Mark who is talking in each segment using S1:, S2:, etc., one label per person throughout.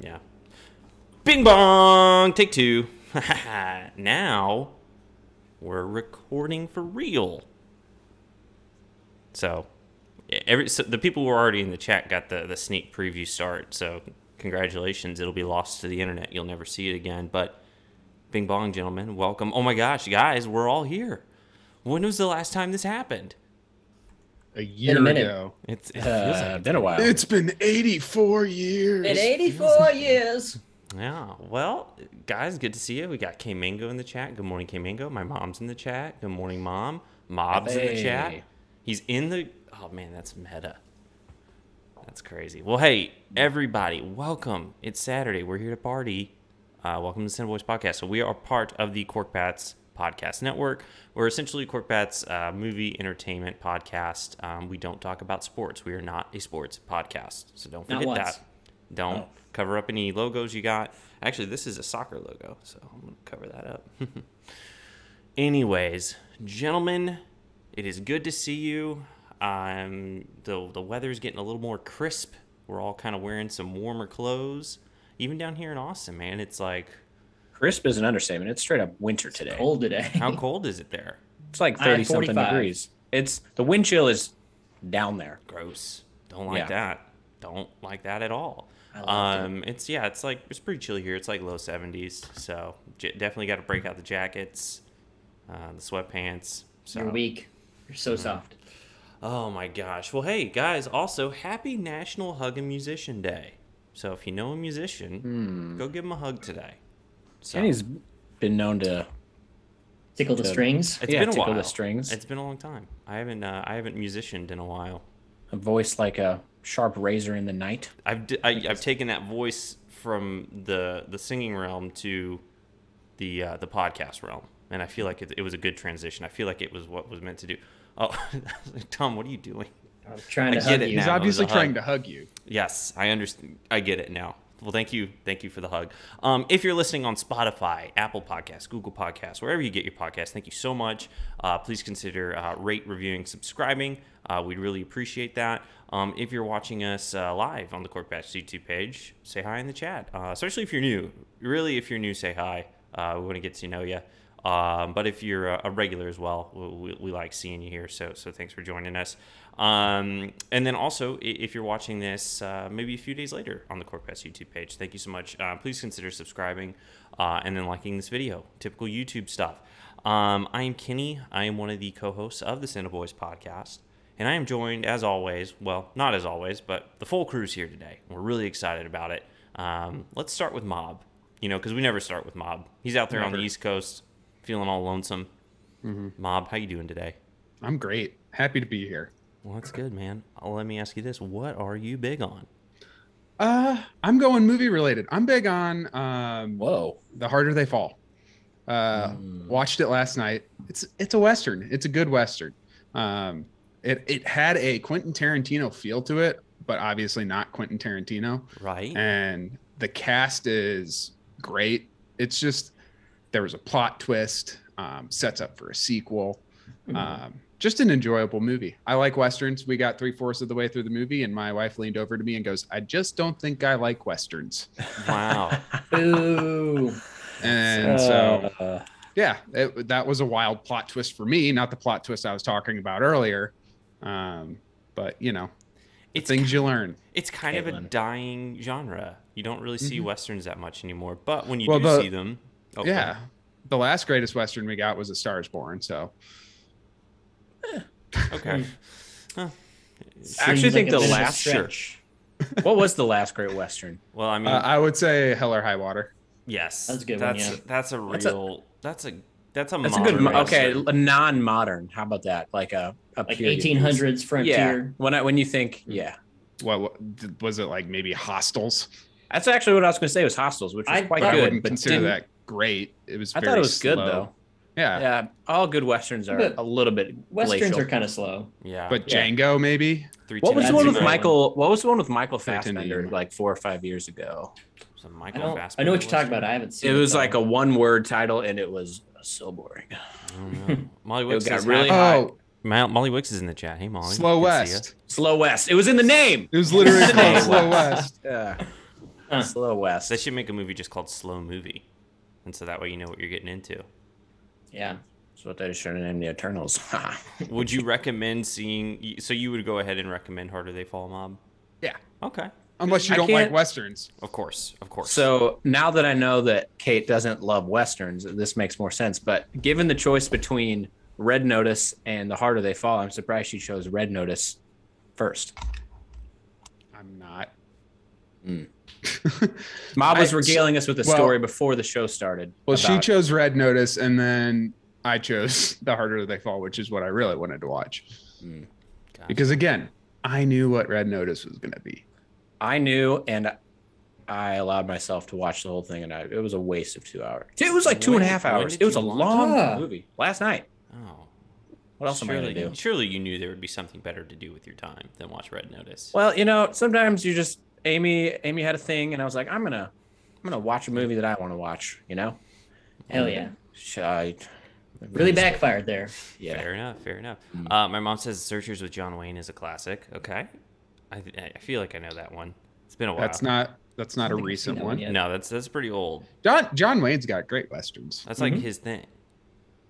S1: Yeah. Bing bong! Take two. now we're recording for real. So, yeah, every so the people who are already in the chat got the, the sneak preview start. So, congratulations. It'll be lost to the internet. You'll never see it again. But, bing bong, gentlemen, welcome. Oh my gosh, guys, we're all here. When was the last time this happened?
S2: a year
S3: minute.
S2: ago.
S1: It's, it feels
S3: Uh,
S1: like
S3: been a while.
S2: It's been 84 years.
S3: been 84 years.
S1: Yeah. Well, guys, good to see you. We got K Mango in the chat. Good morning, K Mango. My mom's in the chat. Good morning, mom. Mob's in the chat.
S3: Hey.
S1: He's in the. Oh man, that's meta. That's crazy. Well, hey everybody, welcome. It's Saturday. We're here to party. Uh, welcome to the Cinema Boys Podcast. So we are part of the Cork Bats Podcast Network. We're essentially Cork Bats uh, movie entertainment podcast. Um, we don't talk about sports. We are not a sports podcast. So don't
S3: Not
S1: forget
S3: once.
S1: that. Don't
S3: Oh.
S1: cover up any logos you got. Actually, this is a soccer logo, so I'm gonna cover that up. Anyways, gentlemen, it is good to see you. Um, the the weather's getting a little more crisp. We're all kind of wearing some warmer clothes. Even down here in Austin, man, it's like
S4: Crisp is an understatement. It's straight up winter today.
S3: Cold today.
S1: how cold is it there?
S4: It's like
S3: Uh,
S4: 30 something
S3: 45.
S4: degrees. It's the wind chill is down there.
S1: Gross. Don't like
S4: Yeah.
S1: that. Don't like that at all.
S3: I like it.
S1: Um, it's yeah, it's like it's pretty chilly here. It's like low 70s, so j- definitely got to break out the jackets, uh, the sweatpants. So
S3: You're weak. You're
S4: Mm-hmm.
S3: so soft.
S1: Oh my gosh. Well, hey guys, also happy National Hug a Musician Day. So if you know a
S4: Hmm.
S1: musician, go give him a hug today. So
S4: Kenny's been known to
S3: Tickle the
S4: Good.
S3: strings.
S1: it's
S4: yeah,
S1: been a
S4: tickle the
S1: while.
S4: strings.
S1: It's been a long time. I haven't uh, I haven't musicianed in a while.
S4: a voice like a sharp razor in the night.
S1: I've d- I, I've taken that voice from the the singing realm to the uh, the podcast realm, and I feel like it, it was a good transition. I feel like it was what was meant to do. Oh, Tom, what are you doing?
S3: I'm trying
S1: I
S3: to
S1: get
S3: hug
S1: it
S3: you.
S2: He's
S1: now. It
S2: obviously
S1: was a hug.
S2: trying to hug you.
S1: Yes, I understand. I get it now. Well, thank you. Thank you for the hug. Um, if you're listening on Spotify, Apple Podcasts, Google Podcasts, wherever you get your podcasts, thank you so much. Uh, please consider uh, rate, reviewing, subscribing. Uh, we'd really appreciate that. Um, if you're watching us uh, live on the Cork Batch YouTube page, say hi in the chat. Uh, especially if you're new. Really, if you're new, say hi. Uh, we want to get to know you. Um, but if you're a, a regular as well, we, we, we like seeing you here. So, so thanks for joining us. Um, and then also, i- if you're watching this uh, maybe a few days later on the Corkpass YouTube page, thank you so much. Uh, please consider subscribing uh, and then liking this video. Typical YouTube stuff. Um, I am Kenny. I am one of the co hosts of the Cinna Boys podcast. And I am joined, as always, well, not as always, but the full crew's here today. We're really excited about it. Um, let's start with Mob, you know, because we never start with Mob. He's out there on the
S2: Never. Mm-hmm.
S1: East Coast, feeling all lonesome. Mob, how you doing today?
S2: I'm great. Happy to be here.
S1: Well, that's good, man. Uh, Let me ask you this: What are you big on?
S2: Uh, I'm going movie related. I'm big on um,
S4: Whoa.
S2: The Harder They Fall. Uh,
S4: Mm.
S1: Hmm.
S2: Watched it last night. It's it's a western. It's a good western. Um, it it had a Quentin Tarantino feel to it, but obviously not Quentin Tarantino.
S1: Right?
S2: Eh. and the cast is great. It's just there was a plot twist, um, sets up for a sequel.
S4: uh, Mm-hmm.
S2: Um, just an enjoyable movie. I like westerns. We got three fourths of the way through the movie, and my wife leaned over to me and goes, "I just don't think I like westerns."
S1: Wow.
S3: Boo.
S2: And so,
S4: Uh,
S2: yeah, it, that was a wild plot twist for me. Not the plot twist I was talking about earlier, um, but you know,
S1: It's
S2: things you learn.
S1: it's kind of a
S4: Caitlin.
S1: dying genre. You don't really see westerns that much anymore, but when you
S2: Mm-hmm. Well,
S1: do
S2: the-
S1: see them, oh,
S2: Yeah, the last greatest western we got was *A Star Is Born*. So Mm.
S1: okay.
S4: I actually
S3: Seems
S4: think
S3: a
S4: the
S3: bit of a
S4: last
S3: stretch.
S4: what was the last great western?
S1: Well, I mean,
S4: Mm-hmm.
S2: uh, I would say *Hell or High Water*.
S1: yes,
S3: That's a good one,
S1: That's
S3: yeah.
S1: that's a
S4: That's a-
S1: real. That's a that's a
S4: That's a good. mo-
S1: modern
S4: Okay,
S1: western.
S4: a non-modern. How about that? Like a, a
S3: Like
S4: period piece.
S3: 1800s
S4: Yeah.
S3: frontier.
S4: When I, when you
S1: Hmm.
S4: think, yeah,
S2: what, what th- was it like maybe hostels
S4: that's actually what I was going to say was Hostels, which was
S3: I
S4: quite
S2: but i
S4: good.
S2: wouldn't
S4: but
S2: consider
S4: didn't-
S2: that great it was
S4: I
S2: very
S4: thought it was good
S2: slow.
S4: though.
S2: yeah,
S4: Yeah, all good westerns are
S3: But
S4: a little bit
S3: Westerns
S4: glacial.
S3: are kind of slow.
S1: Yeah,
S2: but
S4: Yeah.
S2: django maybe
S1: three
S4: What was the one
S3: That's
S4: with
S3: a good
S4: Michael? What was the one with Michael
S2: Pretend to be
S4: Fassbender
S2: Mike.
S4: like four or five years ago?
S3: I
S1: Michael
S3: don't. I
S1: Fassbender
S3: know what you're talking
S1: western?
S3: about. I haven't seen
S4: It
S3: it.
S4: was
S3: though.
S4: like a one-word title, and it was so boring.
S1: I don't know. Molly Wicks
S4: It got
S1: is
S4: really
S1: happy.
S4: high.
S2: oh
S1: Mo- Molly Wicks is in the chat. Hey, Molly.
S2: slow
S1: Good to Oh, see ya.
S2: west
S4: Slow West. It was in the name.
S2: it was literally
S1: Slow
S2: called slow west
S4: Yeah.
S3: Huh.
S4: Slow West.
S1: They should make a movie just called Slow Movie, and so that way you know what you're getting into.
S3: Yeah.
S4: That's what they should have named the Eternals.
S1: Would you recommend seeing? So you would go ahead and recommend Harder They Fall Mob?
S2: Yeah.
S1: Okay.
S2: Unless you
S4: I
S2: don't like
S4: can't-
S2: westerns.
S1: Of course. Of course.
S4: so now that I know that Kate doesn't love westerns, this makes more sense. But given the choice between Red Notice and The Harder They Fall, I'm surprised she chose Red Notice first.
S2: I'm not.
S4: Mm. Mob was
S2: I-
S4: regaling us with a
S2: well-
S4: story before the show started.
S2: Well, she
S4: about-
S2: chose Red Notice, and then I chose The Harder They Fall, which is what I really wanted to watch.
S4: Mm.
S1: Gotcha.
S2: Because again, I knew what Red Notice was going to be.
S4: I knew, and I allowed myself to watch the whole thing, and I, it was a waste of two hours. It was like two and a
S1: When-
S4: half
S1: when
S4: hours.
S1: did
S4: It was
S1: you
S4: a
S1: watch
S4: long
S3: it?
S4: movie. Last night.
S1: oh,
S4: What else am I
S1: surely,
S4: gonna do?
S1: surely you knew there would be something better to do with your time than watch Red Notice.
S4: Well, you know, sometimes you just Amy. Amy had a thing, and I was like, I'm gonna, I'm gonna watch a movie that I want to watch. You know?
S3: Hell
S4: And
S3: yeah.
S4: sh- I,
S3: Really backfired there.
S4: Yeah.
S1: Fair enough. Fair enough.
S4: Mm.
S1: Uh, my mom says Searchers with John Wayne is a classic. Okay. I, I feel like I know that one. It's been a while.
S2: That's not that's not a
S3: I think I've seen
S2: recent
S3: that
S2: one.
S3: one yet.
S1: No, that's that's pretty old.
S2: John John Wayne's got great westerns.
S1: That's like
S4: Mhm.
S1: his thing.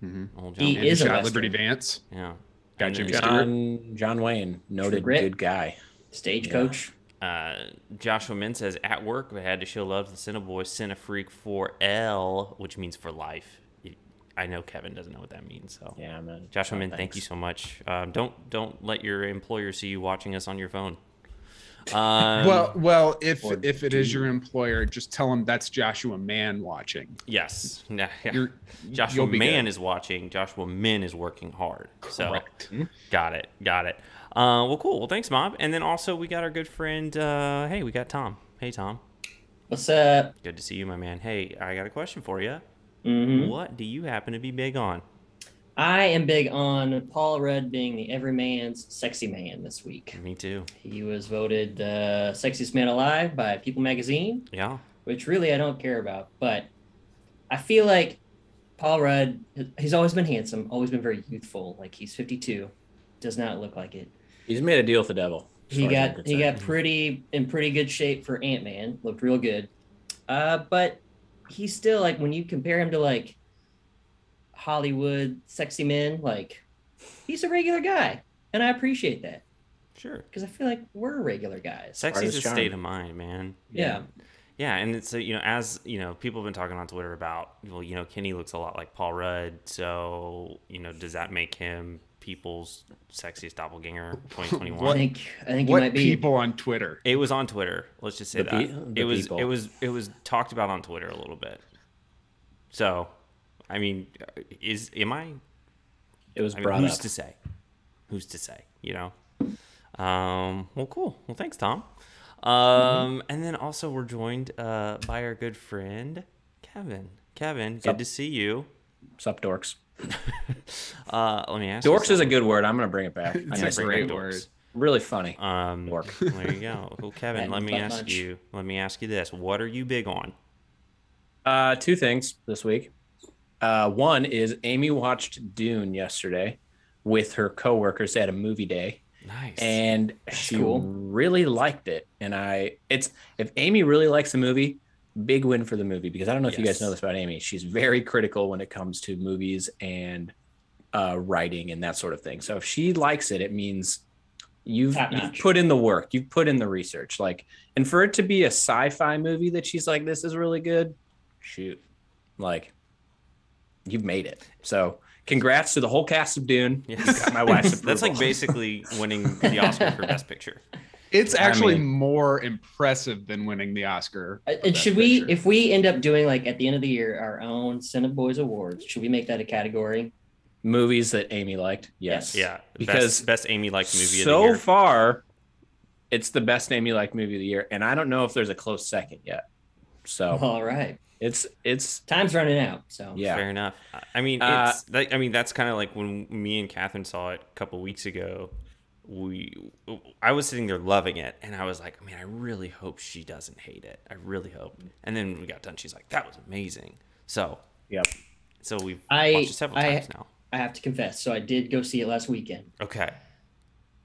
S2: Mhm.
S1: Old
S3: He
S1: John
S2: And
S1: Wayne.
S3: is a
S2: shot
S3: western.
S2: Liberty Vance.
S1: Yeah.
S2: Got
S1: And
S2: Jimmy
S1: then,
S4: John John Wayne, noted
S3: Grit.
S4: good guy.
S3: Stagecoach.
S1: Uh, Joshua Min says at work, but had to show love to the Cineboys. Cinefreak for L, which means for life. You- I know Kevin doesn't know what that means. So
S4: Yeah, man.
S1: Joshua
S4: Oh,
S1: Min, thank
S4: thanks.
S1: you so much. Um, don't don't let your employer see you watching us on your phone. Um,
S2: well, well, if
S4: or
S2: if it is
S4: do-
S2: your employer, just tell him that's Joshua Mann watching.
S1: yes, yeah, yeah.
S2: You're
S1: Joshua
S2: you'll be
S1: Mann
S2: good.
S1: is watching. Joshua Min is working hard. So
S2: correct.
S1: got it, got it. Uh, well, cool. Well, thanks, Mob. And then also we got our good friend. Uh, hey, we got Tom. Hey, Tom.
S3: What's up?
S1: Good to see you, my man. Hey, I got a question for you.
S3: hmm
S1: What do you happen to be big on?
S3: I am big on Paul Rudd being the everyman's sexy man this week.
S1: Me too.
S3: He was voted the sexiest man alive by People magazine.
S1: Yeah.
S3: which really I don't care about. But I feel like Paul Rudd, he's always been handsome, always been very youthful. Like he's 52, does not look like it.
S4: He's made a deal with the devil. as
S3: He
S4: far as I'm
S3: got he
S4: concerned.
S3: got pretty in pretty good shape for Ant Man, looked real good. Uh, but he's still like when you compare him to like Hollywood sexy men, like he's a regular guy, and I appreciate that
S1: Sure.
S3: because I feel like we're regular guys.
S1: Sexy is a
S4: Artist charm.
S1: state of mind, man.
S3: Yeah.
S1: Yeah, and it's uh, you know as you know people have been talking on Twitter about well you know Kenny looks a lot like Paul Rudd, so you know does that make him people's sexiest doppelganger of
S3: I
S1: 2021?
S3: think I think he
S2: What
S3: might be.
S2: people on Twitter?
S1: It was on Twitter. Let's just say
S4: The
S1: that
S4: pe- the
S1: it was
S4: people.
S1: it was it was talked about on Twitter a little bit. So, I mean, uh, is am I
S4: It was
S1: I mean,
S4: brought
S1: who's
S4: up.
S1: to say? Who's to say? You know. Um, well, cool. Well, thanks, Tom.
S4: Mm-hmm.
S1: Um, and then also we're joined uh, by our good friend Kevin. Kevin, good
S4: up?
S1: to see you.
S4: Sup, dorks.
S1: Uh, let me ask.
S4: Dorks
S1: you
S4: is a good word. I'm gonna bring it back.
S2: It's
S4: I
S2: a
S4: know,
S1: something.
S2: great
S1: Dorks.
S2: word.
S4: really funny.
S1: Um,
S4: Dork.
S1: there you go. Well, Kevin,
S3: That
S1: let
S3: and
S1: me
S3: butt
S1: ask
S3: munch.
S1: you. Let me ask you this: What are you big on?
S4: Uh, two things this week. Uh, one is Amy watched Dune yesterday with her coworkers at a movie day,
S1: Nice.
S4: and she
S3: cool.
S4: really liked it. And I, it's if Amy really likes a movie, big win for the movie because I don't know if you
S1: Yes.
S4: guys know this about Amy. She's very critical when it comes to movies and uh, writing and that sort of thing. So if she likes it, it means you've,
S3: Top
S4: you've
S3: notch.
S4: put in the work, you've put in the research. Like, and for it to be a sci-fi movie that she's like, this is really good, shoot, like you've made it. So congrats to the whole cast of Dune.
S1: Yes.
S4: Got my wife's
S1: That's like
S4: approval.
S1: basically winning the Oscar for Best Picture.
S2: It's
S4: I
S2: actually
S4: mean-
S2: more impressive than winning the Oscar.
S3: And
S2: for
S3: and
S2: Best
S3: should we,
S2: Picture.
S3: if we end up doing like at the end of the year our own Senate Boys Awards, should we make that a category?
S4: movies that Amy liked. Yes.
S1: Yeah,
S4: Because
S1: best, best Amy liked movie of
S4: so
S1: the year.
S4: far, it's the best Amy liked movie of the year, and I don't know if there's a close second yet. So
S3: All right,
S4: it's it's
S3: time's running out. So
S4: yeah.
S1: Fair enough. I- I mean,
S4: Uh,
S1: it's that, I mean that's kind of like when me and Catherine saw it a couple weeks ago. We, I was sitting there loving it, and I was like, man, I really hope she doesn't hate it. I really hope. And then when we got done, she's like, that was amazing. So,
S4: Yep.
S1: so we've
S3: I-
S1: watched it several
S3: I-
S1: times now.
S3: I have to confess. So I did go see it last weekend.
S1: Okay.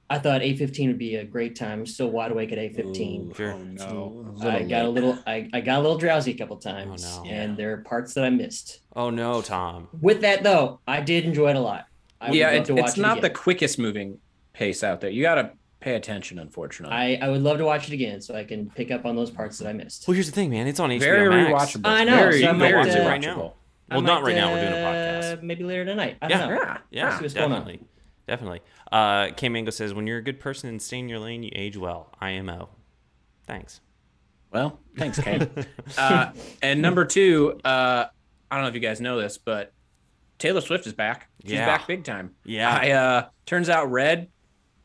S3: I thought eight fifteen would be a great time. I'm still wide awake at eight fifteen.
S1: Sure.
S4: Um,
S2: no.
S3: I got a little I, I got a little drowsy a couple times,
S1: no.
S3: and there are parts that I missed.
S1: Oh no, Tom.
S3: With that though, I did enjoy it a lot. I would
S4: yeah,
S3: love
S4: it,
S3: to watch
S4: it's
S3: it
S4: not the
S3: again.
S4: quickest moving pace out there. You got to pay attention, unfortunately.
S3: I, I would love to watch it again so I can pick up on those parts that I missed.
S1: Well, here's the thing, man. It's on HBO
S4: very
S1: Max.
S4: rewatchable.
S3: I know,
S4: Very,
S3: so I'm
S4: very
S3: gonna watch it
S1: right now.
S4: rewatchable.
S3: I
S1: Well, not
S3: might,
S1: right now. We're doing a
S3: uh, Maybe later tonight. I don't
S1: Yeah.
S3: know.
S4: Yeah.
S1: Yeah,
S3: see what's going on.
S1: definitely, definitely. Uh, K Mango says, "When you're a good person and stay in your lane, you age well." IMO. Thanks.
S4: Well, thanks, Kate. uh, and number two, uh, I don't know if you guys know this, but Taylor Swift is back. She's
S1: Yeah.
S4: back big time.
S1: Yeah.
S4: I, uh, turns out Red,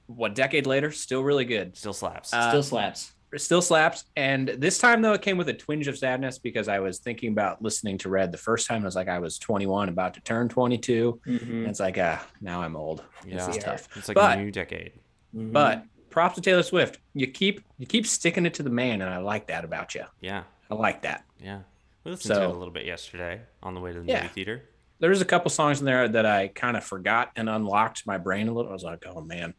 S4: what decade later, still really good.
S1: Still slaps.
S4: Uh,
S3: Still slaps.
S4: Still slaps. And this time though, it came with a twinge of sadness because I was thinking about listening to Red the first time. I was like, I was 21, about to turn 22.
S3: Mhm.
S4: And it's like, ah, now I'm old.
S1: Yeah.
S4: This is tough.
S1: it's like
S4: but-
S1: a new decade.
S3: Mhm.
S4: But props to Taylor Swift. You keep you keep sticking it to the man, and I like that about you.
S1: Yeah,
S4: I like that.
S1: yeah. We listened to it
S4: So-
S1: a little bit yesterday on the way to the
S4: Yeah.
S1: movie theater.
S4: there's a couple songs in there that I kind of forgot and unlocked my brain a little. I was like, oh man,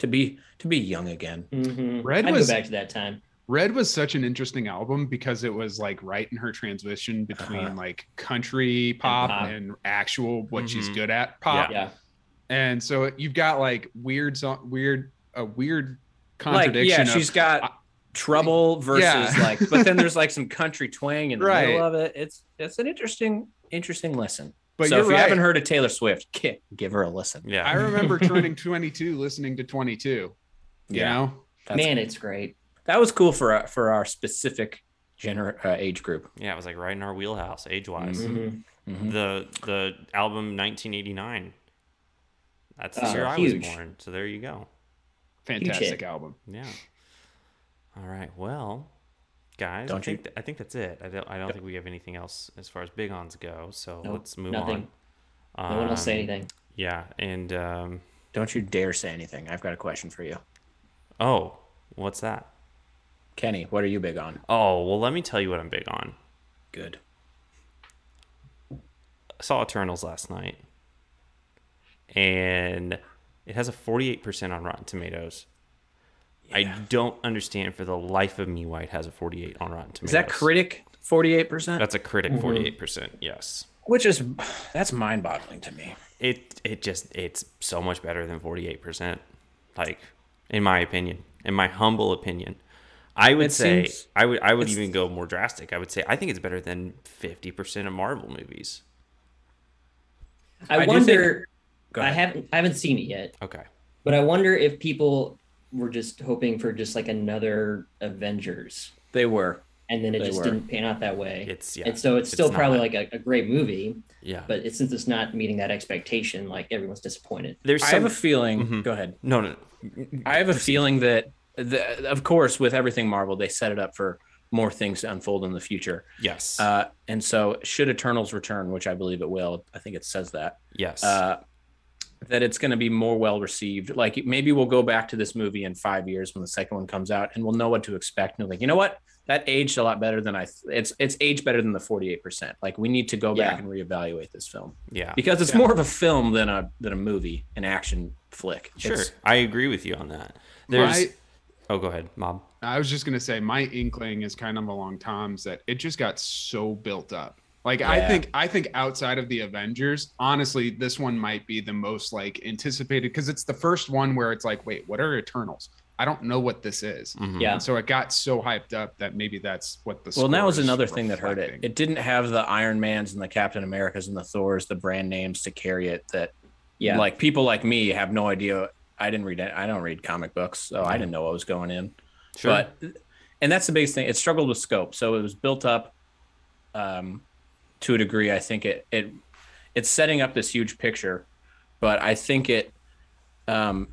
S4: to be to be young again.
S3: Mhm.
S2: Red
S3: I'd
S2: was-
S3: go back to that time.
S2: Red was such an interesting album because it was like right in her transition between
S4: Uh-huh.
S2: like country pop
S3: pop.
S2: and, actual what she's
S1: Mhm.
S2: good at pop.
S3: Yeah.
S2: And so you've got like weird, so- weird, a weird
S4: Like,
S2: contradiction.
S4: yeah,
S2: of,
S4: she's got trouble versus
S2: Yeah.
S4: like, but then there's like some country twang in the
S2: Right.
S4: middle of it. It's it's an interesting interesting listen.
S2: but
S4: so
S2: you're
S4: if you
S2: right.
S4: haven't heard of Taylor Swift, ki- give her a listen.
S1: Yeah,
S2: I remember turning 22, listening to 22. You
S4: Yeah.
S2: know,
S4: That's-
S3: Man, it's great.
S4: that was cool for our, for our specific gener- uh, age group.
S1: yeah. It was like right in our wheelhouse, age wise.
S4: Mhm.
S3: Mhm.
S4: Mhm.
S1: The the album 1989. That's the
S3: Uh,
S1: year
S3: huge.
S1: I was born. So there you go.
S2: fantastic
S3: hit.
S2: album.
S1: Yeah. All right. Well, guys, I
S4: Don't you-
S1: think th- I think that's it. I don't I don't think we have anything else as far as big ons go. So
S3: Nope,
S1: let's move
S3: nothing.
S1: on.
S3: No one will say
S1: Um,
S3: anything.
S1: Yeah, and um,
S4: Don't you dare say anything. I've got a question for you,
S1: oh, what's that?
S4: Kenny. What are you big on?
S1: Oh, well, let me tell you what I'm big on.
S4: Good.
S1: I saw Eternals last night, and it has a 48% on Rotten Tomatoes. I don't understand for the life of me why it has a 48 on Rotten Tomatoes.
S4: Is that critic forty eight percent?
S1: That's a critic
S3: Mm-hmm.
S1: 48%. Yes.
S4: which is that's mind-boggling to me
S1: It it just it's so much better than 48%. Like in my opinion, in my humble opinion. I would
S4: It
S1: say
S4: seems-
S1: I would I would
S4: it's-
S1: even go more drastic. I would say I think it's better than 50% of Marvel movies.
S4: Uh, I
S3: I,
S4: do
S3: wonder.
S4: Go
S3: I
S4: ahead.
S3: haven't I haven't seen it yet,
S1: Okay.
S3: but I wonder if people were just hoping for just like another Avengers,
S4: they were
S3: and then it
S4: They
S3: just
S4: were.
S3: didn't pan out that way.
S1: It's yeah.
S3: and so it's still
S1: not-
S3: probably like a, a great movie,
S1: yeah.
S3: but it, since it's not meeting that expectation, like everyone's disappointed.
S1: there's
S4: i
S1: some
S4: have a feeling
S1: Mhm.
S4: go ahead
S1: no, no,
S4: i have a feeling that the, of course with everything marvel they set it up for more things to unfold in the future
S1: Yes.
S4: uh, and so should eternals return which i believe it will i think it says that
S1: yes.
S4: uh, that it's going to be more well received like maybe we'll go back to this movie in five years when the second one comes out and we'll know what to expect and we're like you know what that aged a lot better than i th- it's it's aged better than the 48% like we need to go back
S3: Yeah.
S4: and reevaluate this film
S1: yeah.
S4: because it's more of a film than a than a movie, an action flick.
S1: Sure.
S4: It's-
S1: I agree with you on that. There's.
S2: My-
S1: oh, go ahead, Mom.
S2: I was just gonna say my inkling is kind of along Tom's that it just got so built up. Like I
S4: Yeah.
S2: think I think outside of the Avengers, honestly, this one might be the most like anticipated because it's the first one where it's like, wait, what are Eternals? I don't know what this is.
S1: Mhm.
S3: Yeah.
S2: And so it got so hyped up that maybe that's what the
S4: well, and that
S2: score
S4: was
S2: is
S4: another thing that hurt it.
S2: reflecting.
S4: It didn't have the Iron Mans and the Captain Americas and the Thors, the brand names to carry it. That
S3: Yeah,
S4: like people like me have no idea. I didn't read. it. I don't read comic books, so I didn't know what was going in.
S1: Sure.
S4: But and that's the biggest thing. It struggled with scope, so it was built up um, to a degree. I think it it it's setting up this huge picture, but I think it um,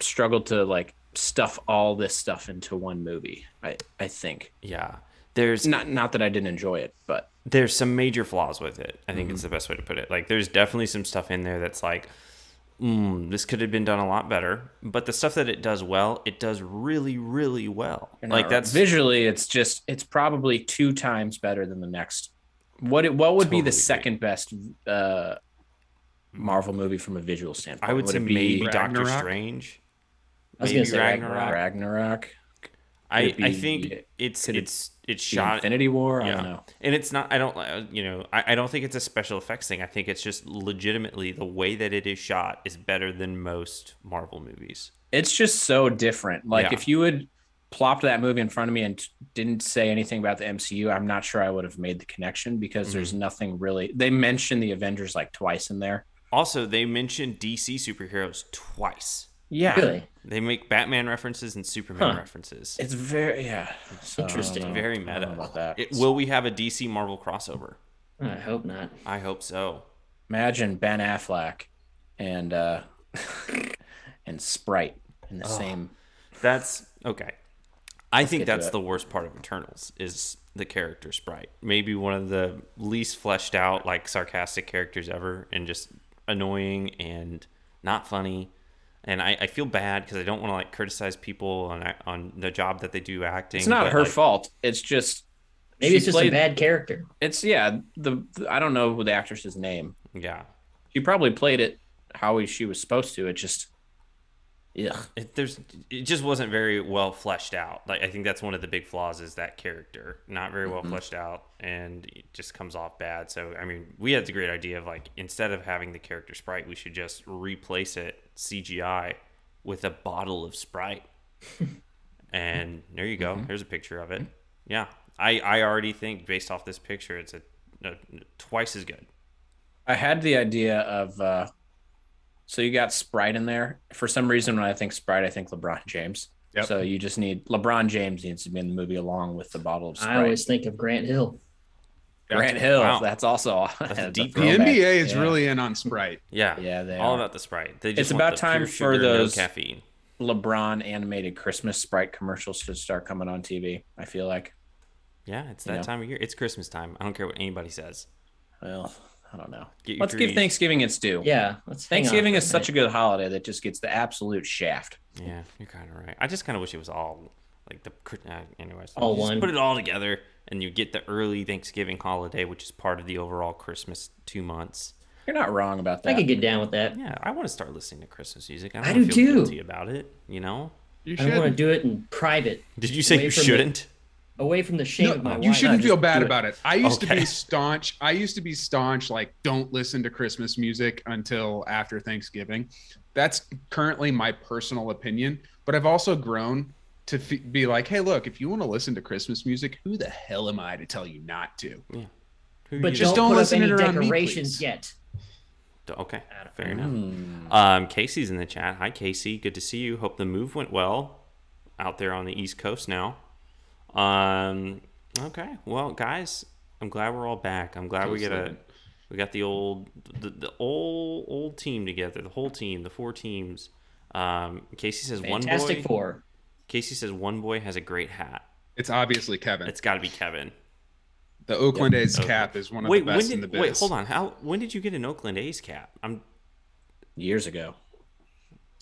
S4: struggled to like stuff all this stuff into one movie. I I think
S1: yeah. There's
S4: not not that I didn't enjoy it, but
S1: there's some major flaws with it. I think it's the best way to put it. Like there's definitely some stuff in there that's like, mm, this could have been done a lot better. But the stuff that it does well, it does really, really well.
S4: you're
S1: Like
S4: not-
S1: that's
S4: visually, it's just it's probably two times better than the next. What it, what would be
S1: Totally
S4: the
S1: agree.
S4: second best uh, Marvel movie from a visual standpoint?
S1: I would, say
S4: it
S1: maybe Doctor
S2: Ragnarok?
S1: Strange.
S3: I was
S1: Maybe
S3: gonna say
S1: Ragnarok.
S3: Ragnarok.
S4: Ragnarok,
S1: I,
S4: Could it
S1: I
S4: be-
S1: think
S4: could
S1: it's
S4: it
S1: it's it's
S4: the
S1: shot
S4: Infinity War. I
S1: yeah.
S4: don't know.
S1: and it's not i don't uh, you know I, I don't think it's a special effects thing i think it's just legitimately the way that it is shot is better than most marvel movies
S4: It's just so different. Like
S1: Yeah.
S4: if you had plopped that movie in front of me and t- didn't say anything about the MCU, I'm not sure I would have made the connection because
S1: Mm-hmm.
S4: there's nothing really. They mentioned the Avengers like twice in there.
S1: also they mentioned dc superheroes twice
S4: Yeah,
S3: Really?
S1: they make batman references and superman
S3: Huh.
S1: references
S4: it's very yeah So, I don't
S3: Interesting.
S4: know.
S1: very
S4: I don't
S1: meta
S4: know about that.
S1: It- will we have a dc marvel crossover
S3: I hope not.
S1: i hope so
S4: Imagine Ben Affleck and uh and Sprite in the
S1: Oh.
S4: same.
S1: that's okay i think
S4: get to
S1: that's
S4: it.
S1: the worst part of eternals is the character sprite maybe one of the least fleshed out like sarcastic characters ever and just annoying and not funny and i, I feel bad because i don't want to like criticize people on on the job that they do acting
S4: It's not
S1: but,
S4: her
S1: like,
S4: fault. It's just
S3: Maybe
S4: she
S3: it's just
S4: played-
S3: a bad character.
S4: It's yeah. The I don't know the actress's name.
S1: yeah
S4: She probably played it how she was supposed to. It just, ugh.
S1: it, there's it just wasn't very well fleshed out like i think that's one of the big flaws is that character not very
S4: Mm-hmm.
S1: well fleshed out and it just comes off bad so i mean we had the great idea of like instead of having the character sprite we should just replace it cgi with a bottle of sprite and there you go
S4: Mm-hmm.
S1: here's a picture of it yeah i i already think based off this picture it's a, a- twice as good
S4: I had the idea of. uh So you got Sprite in there. For some reason, when I think Sprite, I think LeBron James.
S2: Yep.
S4: So you just need LeBron James needs to be in the movie along with the bottle of Sprite.
S3: I always think of Grant Hill.
S4: Grant Hill.
S1: Wow.
S4: That's also
S1: That's a deep
S2: The
S1: Throwback.
S2: NBA is
S4: Yeah.
S2: really in on Sprite.
S1: yeah
S4: Yeah, they
S1: all
S4: are.
S1: about the sprite they just
S4: It's
S1: want
S4: about
S1: the
S4: time
S1: pure
S4: for
S1: sugar, no
S4: those-
S1: caffeine
S4: LeBron animated Christmas Sprite commercials should start coming on TV. I feel like.
S1: Yeah, it's
S4: you
S1: that
S4: know?
S1: time of year. It's Christmas time. I don't care what anybody says.
S4: Well, I don't know.
S1: Get your
S4: Let's
S1: trees.
S4: give Thanksgiving its due.
S3: Yeah. Let's hang on
S4: Thanksgiving
S3: for
S4: is such a good holiday that just gets the absolute shaft.
S1: Yeah, you're kind of right. I just kind of wish it was all like the. cr- Uh, anyways,
S3: All
S1: just
S3: one.
S1: Put it all together, and you get the early Thanksgiving holiday, which is part of the overall Christmas two months.
S4: You're not wrong about
S3: minute. I
S4: that.
S3: could get down with that.
S1: Yeah, I want to start listening to Christmas music. I
S3: I
S1: don't feel
S3: do too.
S1: guilty about it. You know?
S2: You
S3: I want to
S2: should.
S3: do it in private,
S1: Did you say
S3: Away
S1: you
S3: from the-
S1: shouldn't?
S3: away from the shame
S2: No,
S3: of my wife.
S2: you shouldn't
S3: Just
S2: feel bad
S3: do
S2: about it. I used to
S1: Okay.
S2: be staunch. I used to be staunch. Like, don't listen to Christmas music until after Thanksgiving. That's currently my personal opinion. But I've also grown to f- be like, hey, look, if you want to listen to Christmas music, who the hell am I to tell you not to?
S1: Who
S3: But
S1: you
S2: just
S1: to-
S2: don't
S3: don't, put
S2: listen
S3: up any
S2: it around me,
S3: decorations
S2: please.
S3: yet.
S1: Okay,
S3: I don't-
S1: fair enough.
S2: Mm.
S4: Hmm.
S1: Um, Casey's in the chat. Hi, Casey. Good to see you. Hope the move went well out there on the East Coast now. Um, okay. Well, guys, I'm glad we're all back. I'm glad we
S2: Feels
S1: get a
S2: good.
S1: we got the old the, the old old team together. The whole team, the four teams. Um, Casey says
S3: Fantastic
S1: one boy.
S3: Four.
S1: Casey says one boy has a great hat.
S2: It's obviously Kevin.
S1: It's got to be Kevin.
S2: the Oakland A's
S1: Okay.
S2: cap is one of
S1: Wait,
S2: the
S1: when
S2: best in the
S1: did
S2: biz.
S1: wait? Hold on. How when did you get an Oakland A's cap? I'm
S4: Years ago.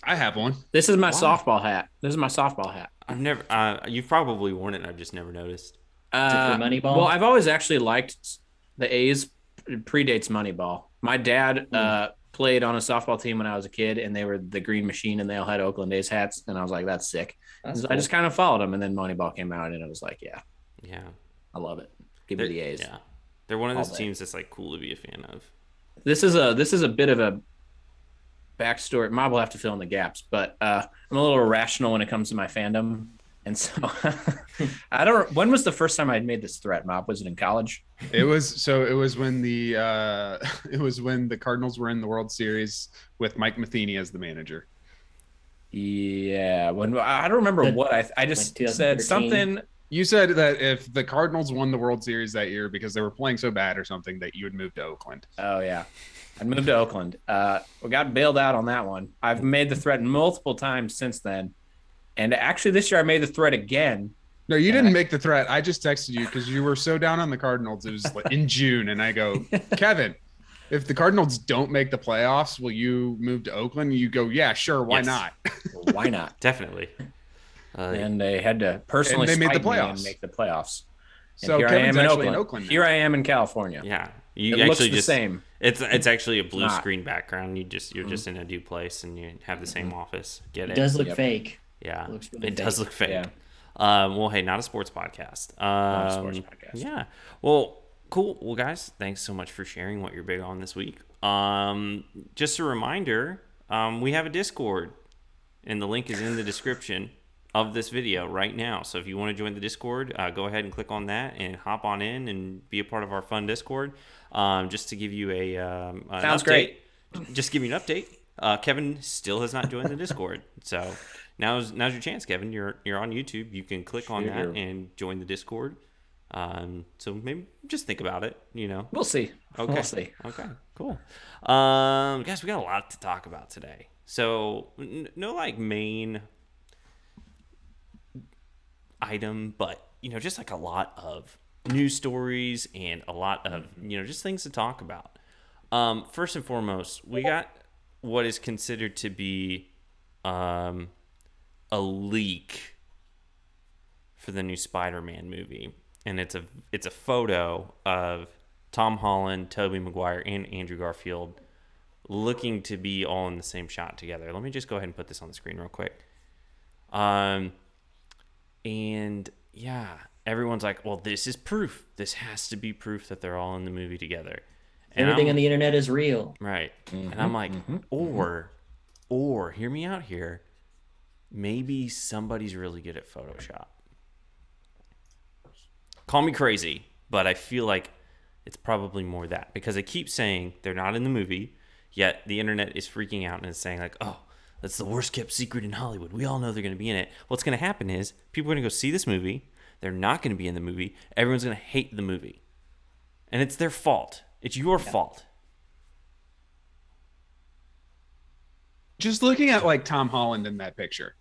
S2: I have one.
S4: This is my softball hat. This is my softball hat.
S1: I've never. Uh, you've probably worn it. and I've just never noticed.
S4: Uh,
S3: Moneyball?
S4: Well, I've always actually liked the A's it predates Moneyball. My dad
S3: Hmm.
S4: uh, played on a softball team when I was a kid, and they were the Green Machine, and they all had Oakland A's hats, and I was like, "That's sick."
S3: That's
S4: I
S3: cool.
S4: just kind of followed them, and then Moneyball came out, and it was like, "Yeah,
S1: Yeah.
S4: I love it. Give
S1: They're-
S4: me the A's."
S1: Yeah, they're one of
S4: All
S1: those
S4: day.
S1: teams that's like cool to be a fan of.
S4: this is a this is a bit of a backstory. Mob will have to fill in the gaps, but uh, I'm a little irrational when it comes to my fandom, and so I don't. When was the first time I made this threat? Mob was it in college?
S2: It was so. It was when the uh, it was when the Cardinals were in the World Series with Mike Matheny as the manager.
S4: Yeah, when I I don't remember
S3: That-
S4: what I I just
S3: like
S4: said
S3: 2013.
S4: something.
S2: You said that if the Cardinals won the World Series that year because they were playing so bad or something, that you would move to Oakland.
S4: Oh yeah, I moved to Oakland. Uh, we got bailed out on that one. I've made the threat multiple times since then, and actually this year I made the threat again.
S2: No, you didn't make the threat. I just texted you because you were so down on the Cardinals. It was like in June, and I go, Kevin, if the Cardinals don't make the playoffs, will you move to Oakland? You go, yeah, sure, why
S1: Yes.
S2: not?
S4: Why not?
S1: Definitely. Uh,
S4: and they had to personally
S2: And they made the
S4: spite me and
S2: playoffs.
S4: make the playoffs. And
S2: So
S4: here
S2: Kevin's
S4: I am in
S2: actually
S4: Oakland.
S2: in Oakland. now.
S4: Here I am in California.
S1: yeah, you
S4: It
S1: actually
S4: looks the
S1: just
S4: same.
S1: it's it's actually a blue
S4: not. Mm-hmm.
S1: screen background. You just you're just in a new place and you have the same office. Get
S3: It
S1: it?
S3: does look
S4: Yep.
S3: fake.
S1: Yeah,
S3: Looks really
S1: it does
S3: fake.
S1: look fake.
S4: Yeah.
S1: Um, well, hey, not a sports podcast.
S4: a
S1: Um,
S4: sports podcast.
S1: Yeah. Well, cool. Well, guys, thanks so much for sharing what you're big on this week. Um, just a reminder, um, we have a Discord, and the link is in the description of this video right now. So if you want to join the Discord, uh, go ahead and click on that and hop on in and be a part of our fun Discord. Um, just to give you a um, an
S4: Sounds
S1: update-
S4: great.
S1: Just give you an update. Uh, Kevin still has not joined the Discord, so now's now's your chance, Kevin. You're you're on YouTube. You can click on that
S4: Sure.
S1: and join the Discord. Um, so maybe just think about it. You know.
S4: We'll see.
S1: Okay.
S4: We'll see.
S1: Okay. Cool. Um, guys, we got a lot to talk about today. So n- no like main item, but you know, just like a lot of news stories and a lot of you know just things to talk about. Um, first and foremost, we got what is considered to be um, a leak for the new Spider-Man movie, and it's a it's a photo of Tom Holland, Tobey Maguire, and Andrew Garfield looking to be all in the same shot together. Let me just go ahead and put this on the screen real quick. Um, and yeah, everyone's like, "Well, this is proof. This has to be proof that they're all in the movie together." And
S3: Everything
S1: I'm-
S3: on the internet is real.
S1: Right. And I'm like, or, or, hear me out here. Maybe somebody's really good at Photoshop. Call me crazy, but I feel like it's probably more that because they keep saying they're not in the movie, yet the internet is freaking out and is saying, like, oh, that's the worst kept secret in Hollywood. We all know they're going to be in it. What's going to happen is people are going to go see this movie. They're not going to be in the movie. Everyone's going to hate the movie. And it's their fault. It's your fault.
S2: just looking at like Tom Holland in that picture,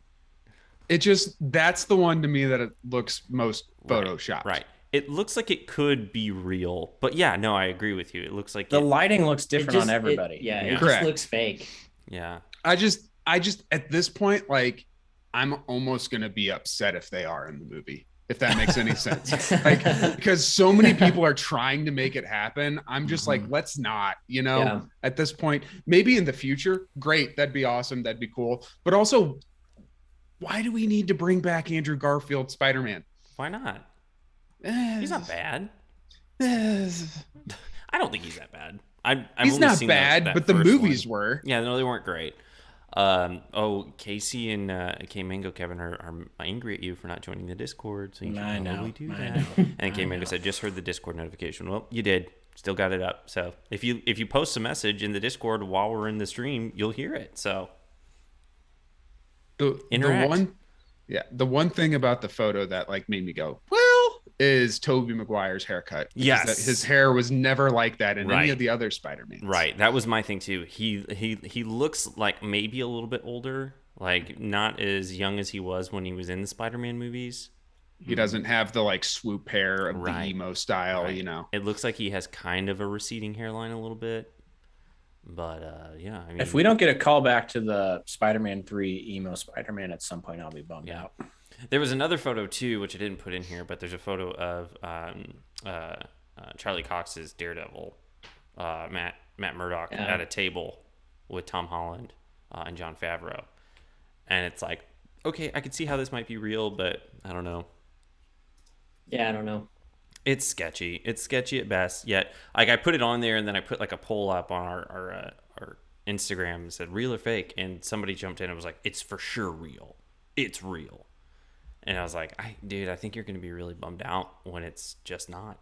S2: it just that's the one to me that it looks most photoshopped.
S1: Right. It looks like it could be real, but yeah, no, I agree with you. It looks like
S4: The
S1: it-
S4: lighting looks
S3: It
S4: different
S3: just-
S4: on
S3: it-
S4: everybody.
S3: yeah,
S1: Yeah.
S3: it
S2: Correct.
S3: just looks fake.
S1: yeah,
S2: I just I just at this point like I'm almost gonna be upset if they are in the movie. If that makes any sense. Like because so many people are trying to make it happen. I'm just like,
S1: Mm-hmm.
S2: let's not, you know,
S3: Yeah.
S2: at this point. Maybe in the future, great. That'd be awesome. That'd be cool. But also, why do we need to bring back Andrew Garfield Spider-Man?
S1: why not?
S2: Eh,
S1: He's not bad.
S2: eh.
S1: I don't think he's that bad. I, I've
S2: he's
S1: only
S2: not
S1: seen that-
S2: bad,
S1: that
S2: but the
S1: first
S2: movies
S1: one.
S2: were.
S1: Yeah, no, they weren't great. Um, oh, Casey and uh, K Mango Kevin are, are angry at you for not joining the Discord, so you
S4: I
S1: can
S4: know,
S1: probably do
S4: I
S1: that.
S4: know, I
S1: And K Mango
S4: know.
S1: said, "Just heard the Discord notification. Well, you did. Still got it up. So if you if you post a message in the Discord while we're in the stream, you'll hear it. So
S2: The, the
S1: Interact.
S2: one, yeah, the one thing about the photo that like made me go, well, is Toby Maguire's haircut. Because
S1: Yes.
S2: that- his hair was never like that in
S1: Right.
S2: any of the other Spider Man.
S1: Right, that was my thing too. He he he looks like maybe a little bit older, like not as young as he was when he was in the Spider-Man movies.
S2: He doesn't have the like swoop hair of
S1: Right.
S2: the emo style,
S1: Right.
S2: you know.
S1: It looks like he has kind of a receding hairline a little bit, but uh, yeah, I mean,
S4: If we don't get a call back to the Spider-Man 3 emo Spider-Man at some point, I'll be bummed
S1: Yeah.
S4: out.
S1: there was another photo too, which I didn't put in here, but there's a photo of um, uh, uh, Charlie Cox's Daredevil, uh, Matt Matt Murdock
S3: Yeah.
S1: at a table with Tom Holland uh, and John Favreau, and it's like, okay, I could see how this might be real, but I don't know.
S3: Yeah, I don't know.
S1: it's sketchy. It's sketchy at best. Yet, like I put it on there, and then I put like a poll up on our our, uh, our Instagram and said real or fake, and somebody jumped in and was like, "It's for sure real. It's real." And I was like, I, "Dude, I think you're gonna be really bummed out when it's just not."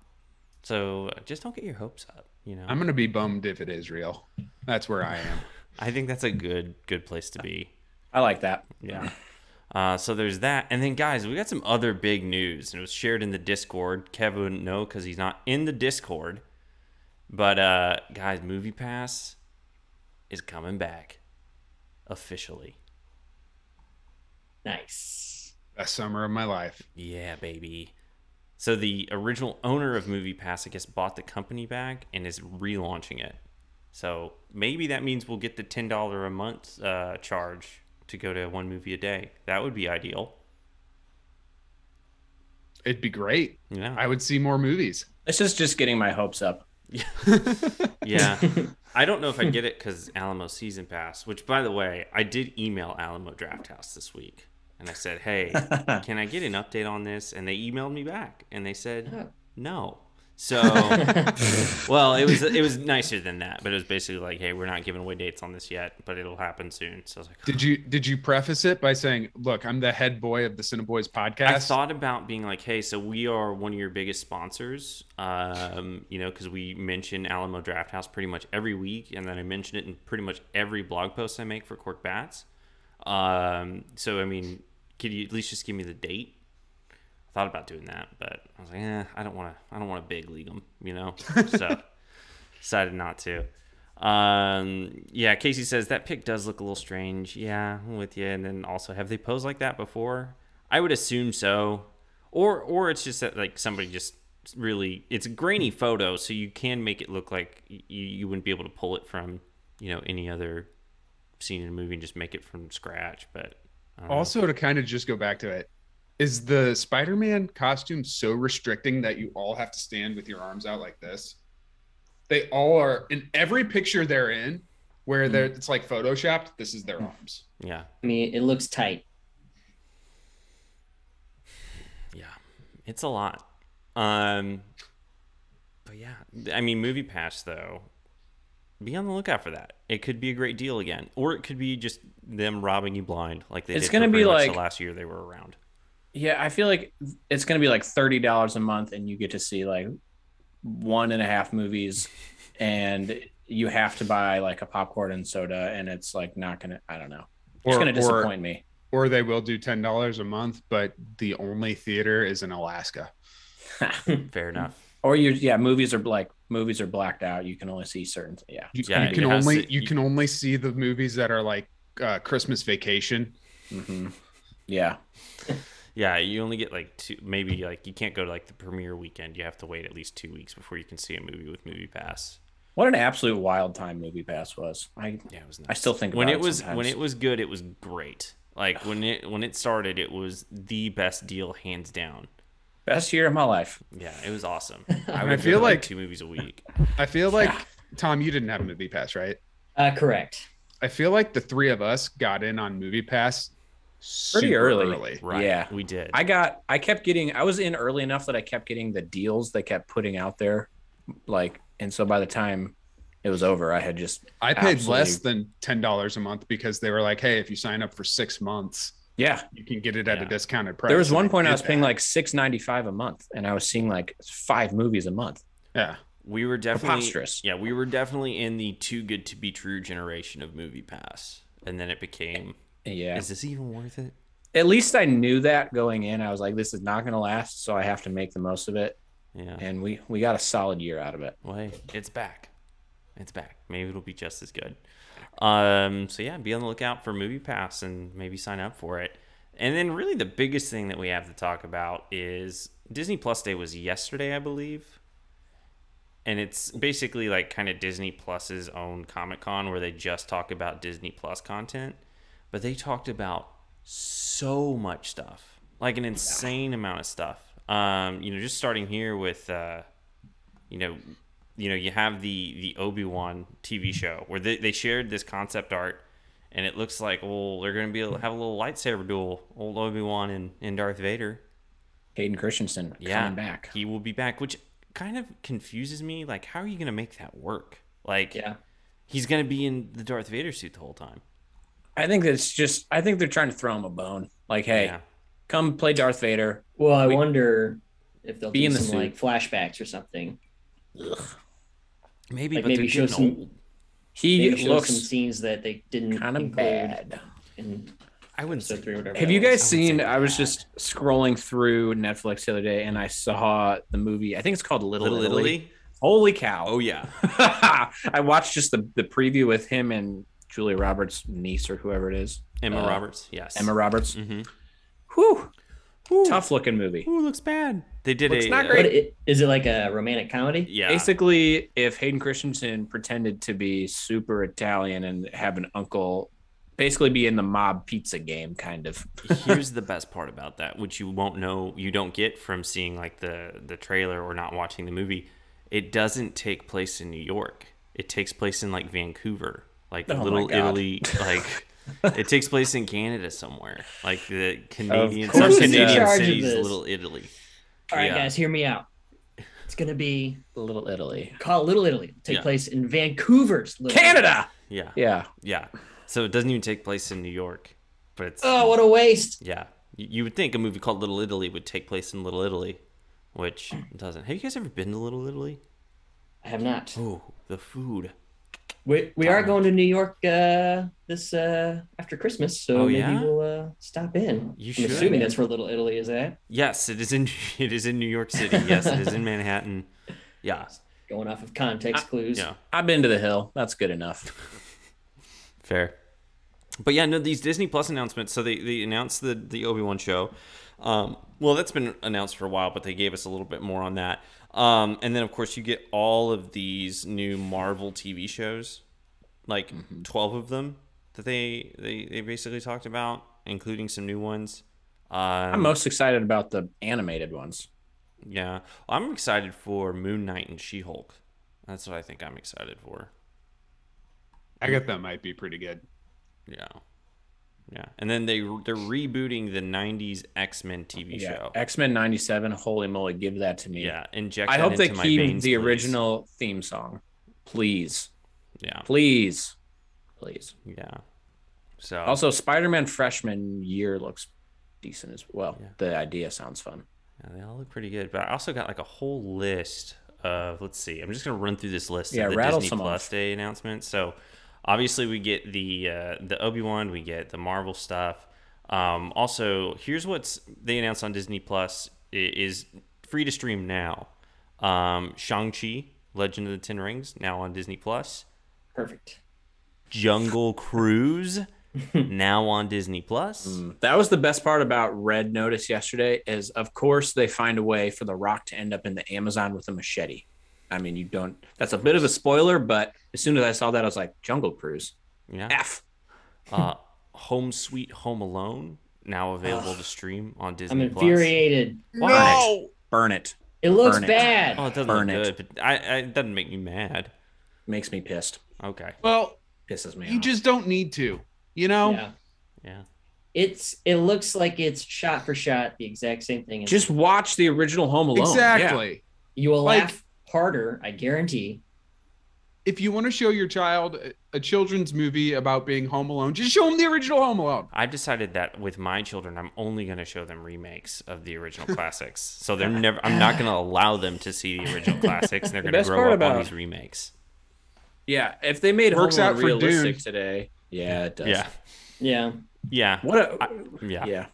S1: So just don't get your hopes up. You know,
S2: I'm gonna be bummed if it is real. That's where I am.
S1: I think that's a good good place to be.
S4: I like that.
S1: Yeah. Uh, so there's that, and then guys, we got some other big news, and it was shared in the Discord. Kev wouldn't know because he's not in the Discord. But uh, guys, Movie Pass is coming back officially.
S3: Nice.
S2: Best summer of my life.
S1: Yeah, baby. So the original owner of Movie Pass, I guess, bought the company back and is relaunching it. So maybe that means we'll get the ten dollar a month uh, charge to go to one movie a day. That would be ideal.
S2: It'd be great.
S1: Yeah.
S2: I would see more movies.
S4: This is just getting my hopes up.
S1: Yeah. I don't know if I get it because Alamo season pass, which by the way, I did email Alamo Draft House this week. and I said, "Hey, can I get an update on this?" And they emailed me back, and they said,
S3: Oh.
S1: "No." So, well, it was it was nicer than that, but it was basically like, "Hey, we're not giving away dates on this yet, but it'll happen soon." So I was like,
S2: Did you did you preface it by saying, "Look, I'm the head boy of the Cineboys podcast"?
S1: I thought about being like, hey, so we are one of your biggest sponsors, um, you know, because we mention Alamo Draft House pretty much every week, and then I mention it in pretty much every blog post I make for Cork Bats. Um, so I mean, could you at least just give me the date? I thought about doing that, but I was like, eh, I don't want to. I don't want to big league them, you know. So decided not to. Um, yeah, Casey says that pick does look a little strange. Yeah, I'm with you. And then also, have they posed like that before? I would assume so, or or it's just that like somebody just really it's a grainy photo, so you can make it look like you you wouldn't be able to pull it from you know any other scene in a movie and just make it from scratch. But um, I don't know.
S2: also, to kind of just go back to it, is the Spider-Man costume so restricting that you all have to stand with your arms out like this? They all are in every picture they're in, where
S1: Hmm.
S2: they're it's like photoshopped. This is their arms.
S1: yeah,
S3: I mean, it looks tight.
S1: Yeah, it's a lot. Um, but yeah, I mean, Movie Pass though, be on the lookout for that. It could be a great deal again, or it could be just them robbing you blind, like they
S4: It's
S1: did for
S4: gonna be
S1: pretty much
S4: like-
S1: the last year they were around.
S4: Yeah, I feel like it's gonna be like thirty dollars a month, and you get to see like one and a half movies, and you have to buy like a popcorn and soda, and it's like not gonna. I don't know. It's
S2: Or-
S4: gonna
S2: or-
S4: disappoint me.
S2: Or they will do ten dollars a month, but the only theater is in Alaska.
S1: Fair enough.
S4: Or you, yeah, movies are like movies are blacked out. You can only see certain. Yeah,
S2: You,
S1: Yeah,
S2: you can
S1: it has
S2: only
S1: to-
S2: you
S1: you-
S2: can only see the movies that are like uh, Christmas Vacation.
S4: hmm yeah.
S1: Yeah, you only get like two, maybe like you can't go to like the premiere weekend. You have to wait at least two weeks before you can see a movie with Movie Pass.
S4: What an absolute wild time movie pass was. I
S1: Yeah, it was. Nuts.
S4: I still think
S1: when
S4: about
S1: it was when
S4: sometimes.
S1: it was good, it was great. Like when it when it started, it was the best deal hands down.
S4: best year of my life.
S1: Yeah, it was awesome. I, would
S2: I
S1: go
S2: feel
S1: to, like
S2: like-
S1: two movies a week.
S2: I feel like Tom, you didn't have a movie pass, right?
S3: Uh, correct.
S2: I feel like the three of us got in on movie pass
S4: Pretty
S2: super
S4: early.
S1: Right.
S4: Yeah.
S1: We did.
S4: I got I kept getting I was in early enough that I kept getting the deals they kept putting out there. Like and so by the time it was over, I had just
S2: I paid
S4: Absolutely.
S2: less than ten dollars a month because they were like, "Hey, if you sign up for six months,
S4: yeah.
S2: you can get it at a
S1: Yeah.
S2: discounted price."
S4: There was
S2: And
S4: one point I
S2: did
S4: was paying
S2: that.
S4: like six ninety five a month and I was seeing like five movies a month.
S2: "Yeah,
S1: we were definitely
S4: Preposterous.
S1: Yeah, we were definitely in the too good to be true generation of movie pass. And then it became
S4: Yeah.
S1: is this even worth it?
S4: At least I knew that going in. I was like, this is not gonna last, so I have to make the most of it.
S1: Yeah.
S4: And we we got a solid year out of it.
S1: Well, hey, it's back. It's back. Maybe it'll be just as good. Um, so yeah, be on the lookout for Movie Pass and maybe sign up for it. And then really the biggest thing that we have to talk about is Disney Plus Day was yesterday, I believe. And it's basically like kind of Disney Plus's own Comic Con where they just talk about Disney Plus content. But they talked about so much stuff. Like an insane amount of stuff. Um, you know, just starting here with uh you know you know you have the the obi-wan tv show where they, they shared this concept art and it looks like well they're gonna be able to have a little lightsaber duel old obi-wan and, and darth vader
S4: Hayden Christensen
S1: yeah
S4: coming back.
S1: he will be back which kind of confuses me like how are you gonna make that work like
S3: Yeah.
S1: he's gonna be in the darth vader suit the whole time
S4: I think that's just I think they're trying to throw him a bone. Like, hey,
S1: yeah
S4: come play Darth Vader.
S3: Well, I
S4: We-
S3: wonder if they'll
S4: Be
S3: do
S4: in the
S3: some
S4: suit.
S3: like flashbacks or something.
S1: maybe
S3: Like
S1: but
S3: maybe
S1: they're
S3: show
S1: getting
S3: some
S1: old.
S4: He
S3: maybe show some
S4: looks
S3: scenes that they didn't
S4: kind of
S3: include
S4: bad.
S3: in
S1: i wouldn't say
S3: episode three or whatever.
S4: Have
S3: that
S4: you
S3: was.
S4: guys
S1: I wouldn't
S4: seen?
S1: say
S4: I was
S1: bad.
S4: just scrolling through Netflix the other day, and I saw the movie. I think it's called Little,
S1: little
S4: Italy. Uh,
S1: italy
S4: Holy cow!
S1: oh yeah
S4: I watched just the the preview with him and Julia Roberts' niece or whoever it is,
S1: emma
S4: Uh,
S1: roberts yes
S4: Emma Roberts.
S1: mm-hmm.
S4: Whew, tough looking movie.
S1: Ooh, looks bad they did
S4: Looks
S1: a
S4: not
S1: uh,
S4: great.
S3: What i- is it like a romantic comedy?
S1: yeah
S4: Basically, if Hayden Christensen pretended to be super Italian and have an uncle, basically be in the mob pizza game, kind of.
S1: here's the best part about that which you won't know you don't get from seeing like the the trailer or not watching the movie it doesn't take place in new york it takes place in like vancouver like
S4: Oh my
S1: little
S4: God.
S1: italy like it takes place in Canada somewhere, like the Canadian,
S4: course
S1: some
S4: it's in
S1: Canadian
S3: charge of
S1: cities,
S3: this.
S1: Little Italy.
S3: All right,
S1: Yeah.
S3: guys, hear me out. It's gonna be
S4: Little Italy.
S3: called Little Italy. Take
S1: Yeah.
S3: place in Vancouver's Little
S4: Canada.
S1: Yeah,
S4: Yeah.
S1: yeah. So it doesn't even take place in New York, but it's
S3: Italy. Oh, what a waste!
S1: yeah. You you would think a movie called Little Italy would take place in Little Italy, which it doesn't. Have you guys ever been to Little Italy?
S3: I have not.
S1: Oh, the food.
S3: We we are going to New York uh, this uh, after Christmas, so
S1: Oh,
S3: maybe
S1: yeah?
S3: we'll uh, stop in.
S1: You
S3: I'm
S1: should.
S3: assuming that's where Little Italy is at.
S1: Yes, it is in it is in New York City. Yes, it is in Manhattan. Yeah,
S3: Going off of context clues.
S1: Ah, yeah.
S4: I've been to the hill. That's good enough.
S1: Fair. But yeah, no, these Disney Plus announcements. So they, they announced the, the Obi Wan show. Um, well, that's been announced for a while, but they gave us a little bit more on that. Um, and then, of course, you get all of these new Marvel TV shows, like 12 of them that they, they, they basically talked about, including some new ones. Um,
S4: I'm most excited about the animated ones.
S1: yeah. I'm excited for Moon Knight and She Hulk. That's what I think I'm excited for.
S2: I get that might be pretty good.
S1: Yeah. Yeah. And then they they're rebooting the 90s X-Men TV
S4: Yeah.
S1: show.
S4: X Men '97. Holy moly, give that to me.
S1: Yeah, inject
S4: I
S1: that
S4: hope they
S1: into my
S4: keep
S1: veins,
S4: the
S1: please.
S4: original theme song. Please,
S1: Yeah.
S4: please, please.
S1: Yeah. So
S4: Also, Spider Man freshman year looks decent as well.
S1: Yeah.
S4: The idea sounds fun.
S1: yeah, they all look pretty good, but I also got like a whole list of let's see. I'm just going to run through this list
S4: Yeah,
S1: of the
S4: rattle
S1: Disney
S4: some off.
S1: Plus Day announcements. So obviously we get the uh, the Obi-Wan, we get the Marvel stuff. Um, also, here's what's they announced on Disney Plus i- is free to stream now. Um, Shang-Chi, Legend of the Ten Rings, now on Disney Plus.
S3: Perfect.
S1: Jungle Cruise, now on Disney Plus.
S4: Mm. That was the best part about Red Notice yesterday. Is of course they find a way for the Rock to end up in the Amazon with a machete. I mean, you don't. That's a bit of a spoiler, but as soon as I saw that, I was like, Jungle Cruise.
S1: Yeah.
S4: F.
S1: uh, Home Sweet Home Alone now available to stream on
S3: I'm
S1: Disney Plus.
S3: infuriated.
S1: Why?
S4: Burn it.
S3: It looks
S4: Burn it.
S3: bad.
S1: Oh, it doesn't
S4: Burn
S1: look
S4: it.
S1: good, but I, I, it doesn't make me mad.
S4: Makes me pissed.
S1: Okay,
S2: Well,
S4: Pisses me
S2: you
S4: off.
S2: just don't need to, you know?
S3: Yeah.
S1: Oh, yeah,
S3: It's it looks like it's shot for shot the exact same thing.
S4: Just watch the original Home Alone.
S2: exactly.
S3: you will
S2: like-
S3: laugh harder, I guarantee.
S2: If you want to show your child a- a children's movie about being home alone, just show them the original Home Alone.
S1: I've decided that with my children, I'm only going to show them remakes of the original classics. So they're never. I'm not going to allow them to see the original classics. and They're going to
S4: best
S1: grow
S4: part
S1: up on
S4: about-
S1: these remakes.
S4: Yeah. If they made
S2: Works
S4: Home
S2: out
S4: Alone
S2: for Dune.
S4: realistic today, yeah, it does.
S1: Yeah,
S3: Yeah.
S1: yeah,
S4: What a.
S1: yeah.
S4: yeah.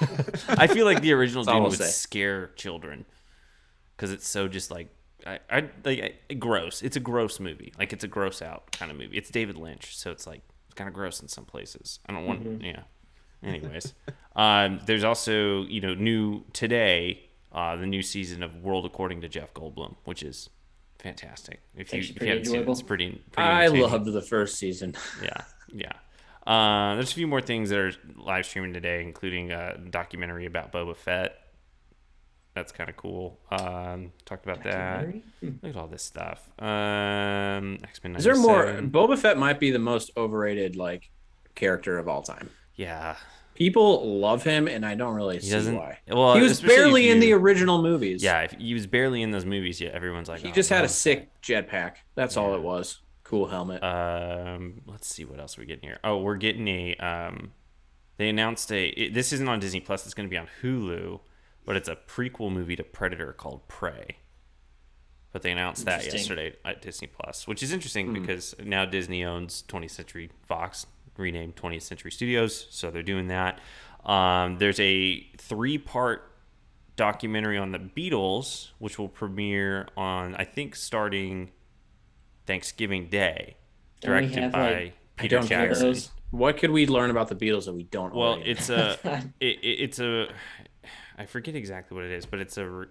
S1: I feel like the original
S4: That's all
S1: Dune
S4: I'll
S1: would
S4: say.
S1: scare children because it's so just like I, I like I, gross. It's a gross movie. Like it's a gross out kind of movie. It's David Lynch, so it's like it's kind of gross in some places. I don't want
S4: Mm-hmm.
S1: yeah. Anyways, um, there's also you know new today uh, the new season of World According to Jeff Goldblum, which is fantastic. If you,
S3: actually
S1: if you
S3: pretty
S1: haven't seen it,
S3: enjoyable.
S1: it's pretty. pretty
S4: I
S1: entertaining
S4: loved the first season.
S1: yeah yeah uh, there's a few more things that are live streaming today including a documentary about boba fett that's kind of cool um talked about that
S3: Documentary?
S1: look at all this stuff um x-men
S4: Is there more?
S1: 97.
S4: Boba Fett might be the most overrated like character of all time.
S1: yeah
S4: People love him, and I don't really
S1: he
S4: see
S1: doesn't
S4: why.
S1: well
S4: he was
S1: especially if
S4: barely in the
S1: you-
S4: original movies.
S1: yeah if he was barely in those movies yet everyone's like
S4: he
S1: "Oh,
S4: just had
S1: no."
S4: a sick jetpack. That's all
S1: Yeah.
S4: it was. Cool helmet.
S1: um let's see what else we're getting here oh we're getting a um they announced a it, this isn't on disney plus it's going to be on hulu but it's a prequel movie to predator called prey but they announced that
S3: Interesting.
S1: yesterday at disney plus which is interesting because now disney owns 20th century fox renamed 20th century studios so they're doing that um, there's a three part documentary on the beatles which will premiere on i think starting thanksgiving day
S3: Don't we
S1: directed
S3: have,
S1: by
S3: like,
S4: I
S1: peter
S4: don't care.
S1: jackson
S3: Those-
S4: What could we learn about the Beatles that we don't?
S1: well,
S4: already know?
S1: it's a, it, it- it's a, I forget exactly what it is, but it's a re-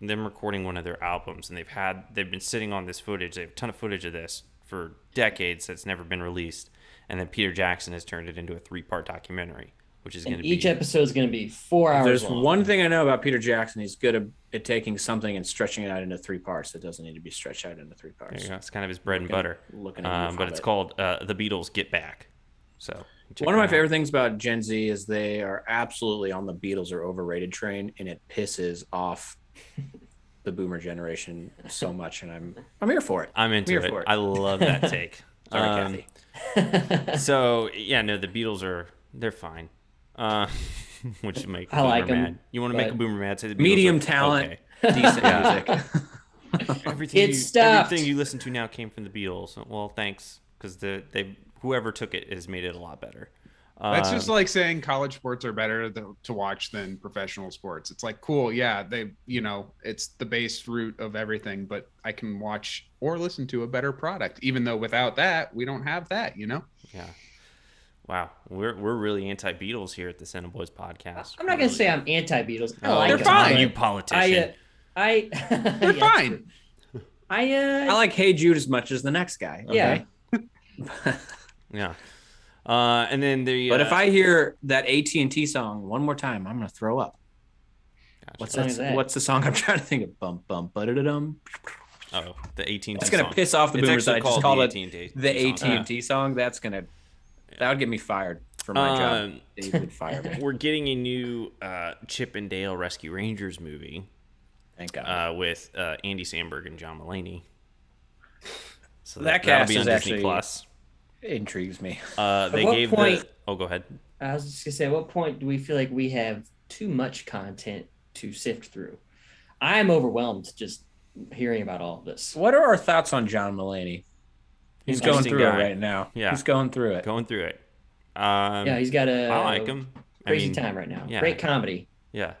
S1: them recording one of their albums, and they've had they've been sitting on this footage. They have a ton of footage of this for decades that's never been released, and then Peter Jackson has turned it into a three part documentary, which is going to
S3: And
S1: be
S3: each episode is going to be four hours.
S4: There's
S3: long.
S4: one thing I know about Peter Jackson. He's good at, at taking something and stretching it out into three parts that doesn't need to be stretched out into three
S1: There
S4: parts.
S1: you go. It's kind of his bread and
S4: Looking-
S1: butter.
S4: looking at you
S1: Um,
S4: for
S1: but it's
S4: it.
S1: called uh, The Beatles Get Back. So Check
S4: One of my
S1: that out.
S4: favorite things about Gen Z is they are absolutely on the Beatles are overrated train, and it pisses off the Boomer generation so much. And I'm I'm here for it.
S1: I'm into
S4: here
S1: it.
S4: for it.
S1: I love that take. Um,
S4: Sorry, Kathy.
S1: so yeah, no, the Beatles are they're fine. Uh, which make
S3: I like 'em,
S1: mad. You want to make a
S3: but-
S1: boomer mad? Say the Beatles
S4: Medium
S1: are-
S4: talent,
S1: okay.
S4: decent
S1: Yeah.
S4: music.
S1: Everything
S3: It's
S1: you,
S3: stuffed.
S1: everything you listen to now came from the Beatles. Well, thanks, because the they whoever took it has made it a lot better.
S2: That's
S1: Um,
S2: just like saying college sports are better th- to watch than professional sports. It's like, cool, yeah, they, you know, it's the base root of everything, but I can watch or listen to a better product, even though without that, we don't have that, you know?
S1: yeah. Wow, we're we're really anti Beatles here at the Center Boys podcast.
S3: I'm not gonna say I'm anti-Beatles. I
S1: Oh,
S3: like
S2: they're
S3: 'em,
S2: fine.
S3: but
S1: you
S3: I, uh,
S1: politician.
S3: I,
S2: They're
S3: Yeah,
S2: fine.
S3: I, uh,
S4: I like Hey Jude as much as the next guy. Okay?
S3: Yeah.
S1: yeah. Uh, and then the
S4: But if
S1: uh,
S4: I hear that AT and T song one more time, I'm gonna throw up.
S1: Gotcha.
S4: What's
S3: Song
S4: that,
S3: is that?
S4: What's the song I'm trying to think of? Bum bum ba-da-da-dum.
S1: oh the 18
S4: That's gonna piss off the
S1: it's
S4: boomers. that
S1: actually
S4: I
S1: called,
S4: just called
S1: the
S4: it
S1: 18 days. Uh,
S4: the AT and T song. That's gonna that would get me fired for my job.
S1: Um,
S4: They would fire me.
S1: we're getting a new uh, Chip and Dale Rescue Rangers movie
S4: Thank God.
S1: uh, with uh, Andy Samberg and John Mulaney. So
S4: That
S1: that'll
S4: cast is actually-
S1: Plus.
S4: Intrigues me.
S1: Uh, they
S3: what
S1: gave
S3: point-
S1: the. Oh, go ahead.
S3: I was just gonna say, at what point do we feel like we have too much content to sift through? I am overwhelmed just hearing about all of this.
S4: What are our thoughts on John Mulaney? He's going
S1: Interesting
S4: through
S1: guy.
S4: it right now.
S1: Yeah.
S4: He's going through it.
S1: Going through it. Um,
S3: yeah, he's got a
S1: I like him. I
S3: crazy
S1: mean,
S3: time right now.
S1: yeah.
S3: Great comedy.
S1: Yeah.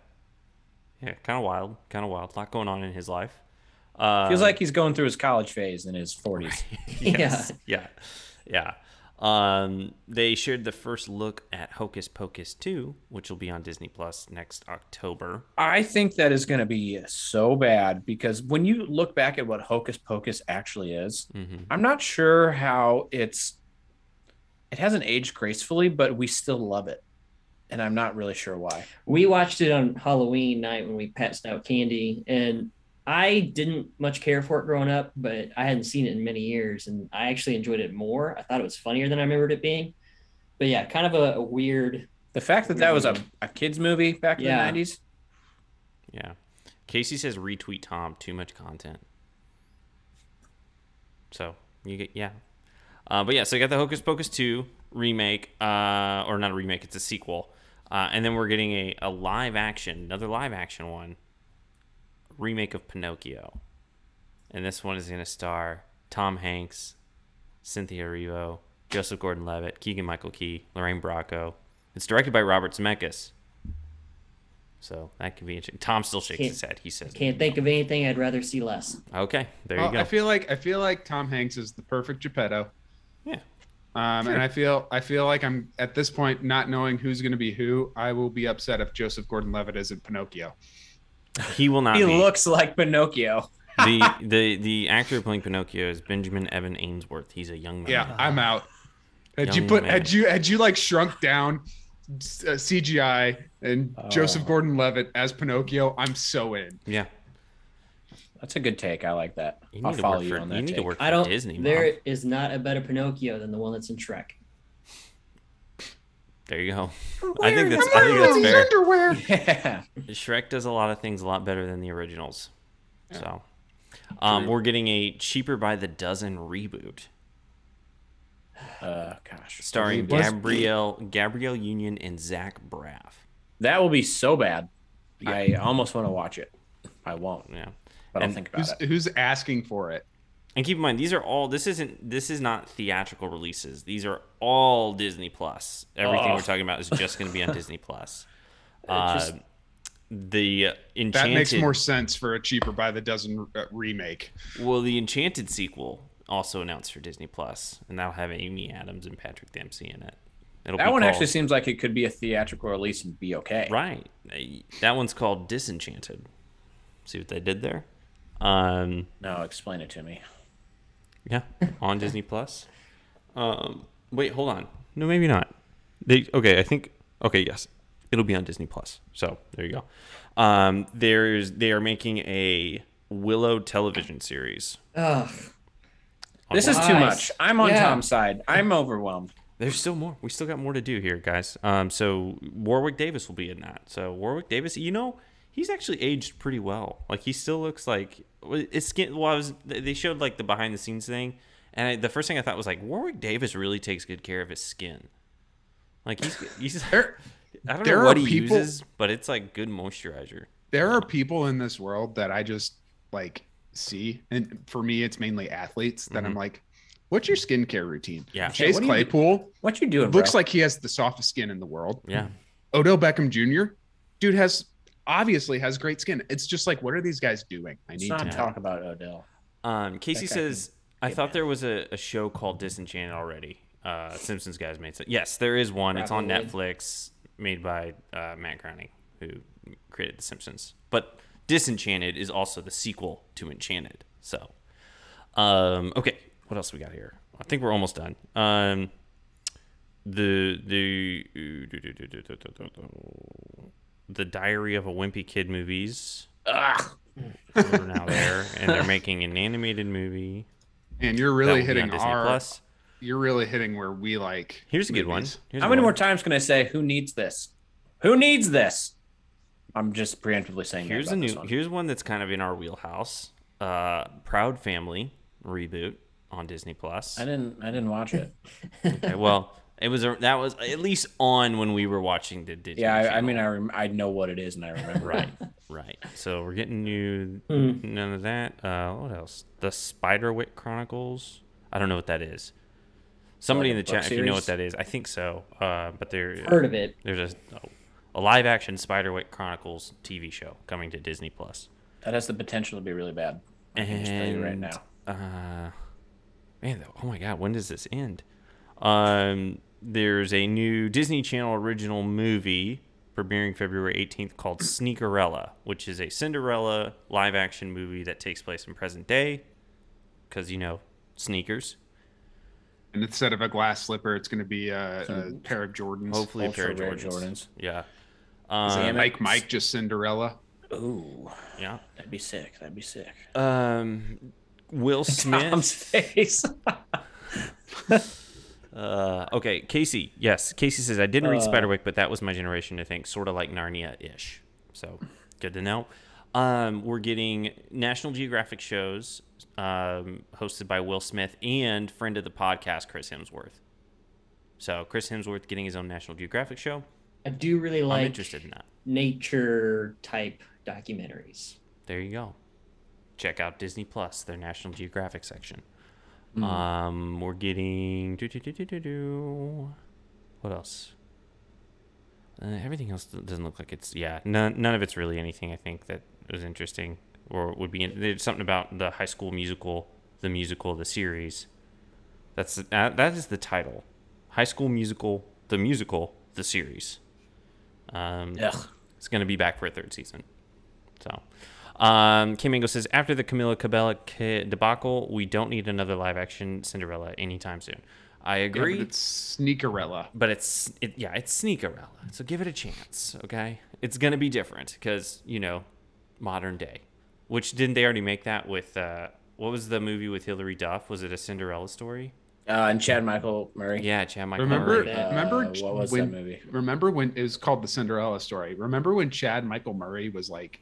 S1: Yeah, kind of wild. Kind of wild. A lot going on in his life. Uh,
S4: Feels like he's going through his college phase in his 40s.
S1: yes. Yeah. Yeah. Um, they shared the first look at Hocus Pocus 2, which will be on Disney Plus next October.
S4: I think that is going to be so bad because when you look back at what Hocus Pocus actually is,
S1: Mm-hmm.
S4: I'm not sure how it's it hasn't aged gracefully, but we still love it. And I'm not really sure why.
S3: We watched it on Halloween night when we passed out candy, and I didn't much care for it growing up, but I hadn't seen it in many years, and I actually enjoyed it more. I thought it was funnier than I remembered it being. But yeah, kind of a, a weird.
S4: The fact that that was a, a kids movie back in
S3: Yeah.
S4: the 90s.
S1: Yeah. Casey says retweet Tom. Too much content. So you get yeah. Uh, but yeah, so you got the Hocus Pocus two remake, uh, or not a remake, it's a sequel, uh, and then we're getting a, a live action, another live action one, remake of Pinocchio, and this one is going to star Tom Hanks, Cynthia Erivo, Joseph Gordon-Levitt, Keegan Michael Key, Lorraine Bracco. It's directed by Robert Zemeckis. So that could be interesting. Tom still shakes
S3: Can't-
S1: his head. He says,
S3: Can't think of anything I'd rather see less.
S1: "Okay, there
S2: Well,
S1: you go."
S2: I feel like I feel like Tom Hanks is the perfect Geppetto.
S1: yeah,
S2: Um, and I feel I feel like I'm at this point not knowing who's going to be who. I will be upset if Joseph Gordon-Levitt isn't Pinocchio.
S1: he will not.
S4: He
S1: be.
S4: looks like Pinocchio.
S1: the the the actor playing Pinocchio is Benjamin Evan Ainsworth. He's a young man.
S2: Yeah, I'm out. Had you
S1: Young
S2: put
S1: man.
S2: had you had you like shrunk down uh, CGI and Joseph
S4: Oh.
S2: Gordon-Levitt as Pinocchio, I'm so in.
S1: yeah.
S4: That's a good take. I like that.
S1: You
S4: I'll
S1: need to
S4: follow
S1: work
S4: you
S1: for
S4: on
S1: you
S4: that
S1: need to
S4: take.
S1: work
S3: I
S1: for
S3: don't.
S1: Disney.
S3: There
S1: Mom.
S3: is not a better Pinocchio than the one that's in Shrek.
S1: There you go. I think that's I think that's
S2: His
S1: fair.
S2: underwear.
S4: Yeah.
S1: Shrek does a lot of things a lot better than the originals. So, um, we're getting a cheaper by the dozen reboot
S4: Uh, gosh.
S1: starring
S2: Was-
S1: Gabrielle Gabrielle Union and Zach Braff.
S4: That will be so bad. I almost want to watch it. I won't,
S1: Yeah.
S4: but I'll
S1: And
S4: think about
S2: Who's,
S4: it.
S2: who's asking for it?
S1: And keep in mind, these are all. This isn't. This is not theatrical releases. These are all Disney Plus. Everything
S4: Oh.
S1: we're talking about is just going to be on Disney Plus. Uh,
S4: just-
S1: the
S2: That
S1: Enchanted.
S2: makes more sense for a cheaper by the dozen uh, remake.
S1: Well, the Enchanted sequel also announced for Disney Plus, and that'll have Amy Adams and Patrick Dempsey in it. It'll
S4: That
S1: be
S4: one
S1: called-
S4: actually seems like it could be a theatrical release and be okay.
S1: right. That one's called Disenchanted. See what they did there? Um,
S4: No, explain it to me.
S1: Yeah, on Disney Plus. Um, wait, hold on. No, maybe not. They okay. I think okay. Yes, it'll be on Disney Plus. So there you go. Um, there's they are making a Willow television series.
S3: Ugh.
S1: on
S4: This is
S1: Disney.
S4: too much.
S3: Nice.
S4: I'm on
S3: Yeah.
S4: Tom's side. I'm overwhelmed.
S1: There's still more. We still got more to do here, guys. Um, so Warwick Davis will be in that. So Warwick Davis, you know, he's actually aged pretty well. Like he still looks like it's skin. Well, I was they showed like the behind the scenes thing, and I, the first thing I thought was like Warwick Davis really takes good care of his skin. Like he's he's
S2: There-
S1: I don't
S2: there
S1: know what
S2: are
S1: he
S2: people-
S1: uses, but it's like good moisturizer.
S2: There are people in this world that I just like see, and for me, it's mainly athletes that I'm like, "What's your skincare routine?"
S1: Yeah.
S2: Chase
S4: Mm-hmm. what do you-
S2: Claypool
S4: What you doing?
S2: looks
S4: bro?
S2: like he has the softest skin in the world.
S1: Yeah.
S2: Odell Beckham Jr. Dude has obviously has great skin. It's just like, what are these guys doing? I
S4: Let's
S2: need
S4: not
S2: to
S4: talk about Odell.
S1: Um, Casey
S4: That guy
S1: says, "I
S4: get
S1: thought
S4: mad.
S1: there was a, a show called Disenchanted already. Uh, Simpsons guys made some. Yes, there is one. It's on
S3: Probably.
S1: Netflix, made by uh, Matt Groening, who created The Simpsons. But Disenchanted is also the sequel to Enchanted. So, um, okay, what else we got here? I think we're almost done. Um, the the the Diary of a Wimpy Kid movies are now there, and they're making an animated movie.
S2: And you're
S1: That will
S2: really
S1: be on
S2: hitting
S1: Disney
S2: our.
S1: Plus.
S2: You're really hitting where we like.
S1: Here's a good one.
S2: movies.
S1: Here's
S4: How
S1: a
S4: many
S1: good
S4: more
S1: one.
S4: times can I say who needs this? Who needs this? I'm just preemptively saying. that
S1: Here's a
S4: about this
S1: new.
S4: one.
S1: Here's one that's kind of in our wheelhouse. Uh, Proud Family reboot on Disney Plus.
S4: I didn't. I didn't watch it.
S1: Okay, well, it was a, that was at least on when we were watching the Disney.
S4: yeah, I, I
S1: Channel.
S4: mean, I rem- I know what it is and I remember.
S1: right, right. So we're getting new.
S3: Hmm.
S1: None of that. Uh, what else? The Spiderwick Chronicles. I don't know what that is. Somebody in the
S4: like a book
S1: chat, if you know what
S4: series?
S1: that is, I think so. Uh, but there.
S3: Heard of it?
S1: There's a, a live action Spiderwick Chronicles TV show coming to Disney Plus.
S4: That has the potential to be really bad. I can just tell you right
S1: And-
S4: now.
S1: Uh, man, th- oh my God, when does this end? Um, there's a new Disney Channel original movie premiering February 18th called Sneakerella, which is a Cinderella live action movie that takes place in present day because, you know, sneakers.
S2: And instead of a glass slipper, it's going to be a, a pair of Jordans.
S1: Hmm. Hopefully, a pair of
S4: Ultra rare
S1: Jordans.
S4: Jordans.
S1: Yeah.
S2: Is it
S1: Um,
S2: Mike Mike just Cinderella.
S4: Ooh,
S1: yeah.
S4: that'd be sick. That'd be sick.
S1: Um, Will Smith.
S4: Tom's face.
S1: Uh, okay, Casey. Yes, Casey says I didn't read
S4: Uh,
S1: Spiderwick, but that was my generation. I think sort of like Narnia ish. So good to know. Um, we're getting National Geographic shows um, hosted by Will Smith and friend of the podcast Chris Hemsworth. So Chris Hemsworth getting his own National Geographic show.
S3: I do really
S1: I'm
S3: like
S1: interested in that.
S3: nature type documentaries.
S1: There you go. Check out Disney Plus, their National Geographic section. Um, we're getting do do do do do do. What else? Uh, everything else do- doesn't look like it's yeah. None none of it's really anything I think that was interesting or would be. In, there's something about the High School Musical, the musical, the series. That's that, that is the title, High School Musical, the musical, the series. Um,
S4: Ugh.
S1: it's going to be back for a third season. So, um, Kim Ingo says after the Camila Cabello ca- debacle, we don't need another live action Cinderella anytime soon. I
S2: Yeah, but
S1: agree,
S2: it's Sneakerella.
S1: but it's, it, yeah, it's Sneakerella. So give it a chance, okay? It's going to be different because you know, modern day. Which didn't they already make that with uh, what was the movie with Hilary Duff? Was it a Cinderella story?
S4: Uh, and Chad Michael Murray.
S1: Yeah, Chad Michael.
S2: Remember,
S1: Murray.
S4: Uh,
S2: remember
S4: what was that
S2: when,
S4: movie?
S2: Remember when it was called the Cinderella story? Remember when Chad Michael Murray was like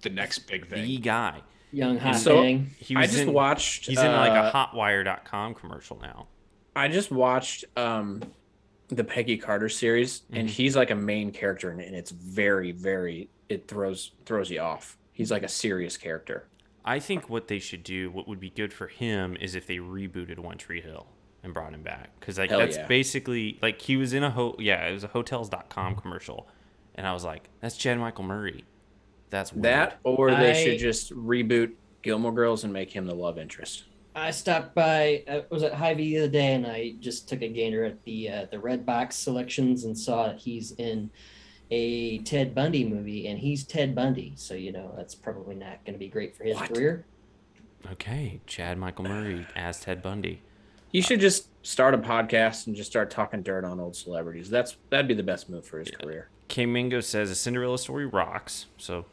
S2: the next big thing?
S1: the guy.
S3: Young hot
S4: so-
S3: thing.
S1: He
S4: I
S1: was
S4: just
S1: in,
S4: watched.
S1: He's in like
S4: uh,
S1: a Hotwire.com commercial now.
S4: I just watched um the Peggy Carter series and
S1: Mhm.
S4: he's like a main character and it's very very it throws throws you off. He's like a serious character.
S1: I think what they should do, what would be good for him, is if they rebooted One Tree Hill and brought him back, because like
S4: Hell
S1: that's
S4: yeah.
S1: basically like he was in a ho yeah it was a Hotels.com commercial, and I was like, that's Chad Michael Murray, that's weird.
S4: That or they
S3: I-
S4: should just reboot Gilmore Girls and make him the love interest.
S3: I stopped by. I was at Hy-Vee the other day, and I just took a gander at the uh, the Red Box selections and saw that he's in a Ted Bundy movie, and he's Ted Bundy. So you know that's probably not going to be great for his
S4: What?
S3: career.
S1: okay, Chad Michael Murray as Ted Bundy.
S4: He should just start a podcast and just start talking dirt on old celebrities. That's that'd be the best move for his career.
S1: K Mingo says a Cinderella story rocks, so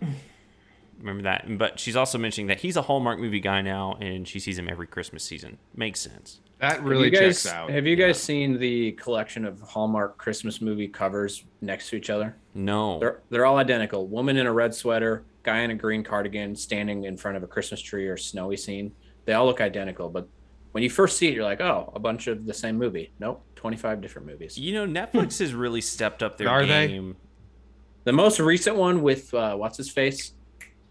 S1: remember that. But she's also mentioning that he's a Hallmark movie guy now, and she sees him every Christmas season. Makes sense.
S2: That really
S4: you guys,
S2: checks out.
S4: Have you
S1: yeah.
S4: guys seen the collection of Hallmark Christmas movie covers next to each other?
S1: No.
S4: They're they're all identical. Woman in a red sweater, guy in a green cardigan, standing in front of a Christmas tree or snowy scene. They all look identical, but when you first see it, you're like, oh, a bunch of the same movie. Nope, 25 different movies.
S1: You know, Netflix has really stepped up their
S2: Are they?
S1: game.
S4: The most recent one with uh, what's his face?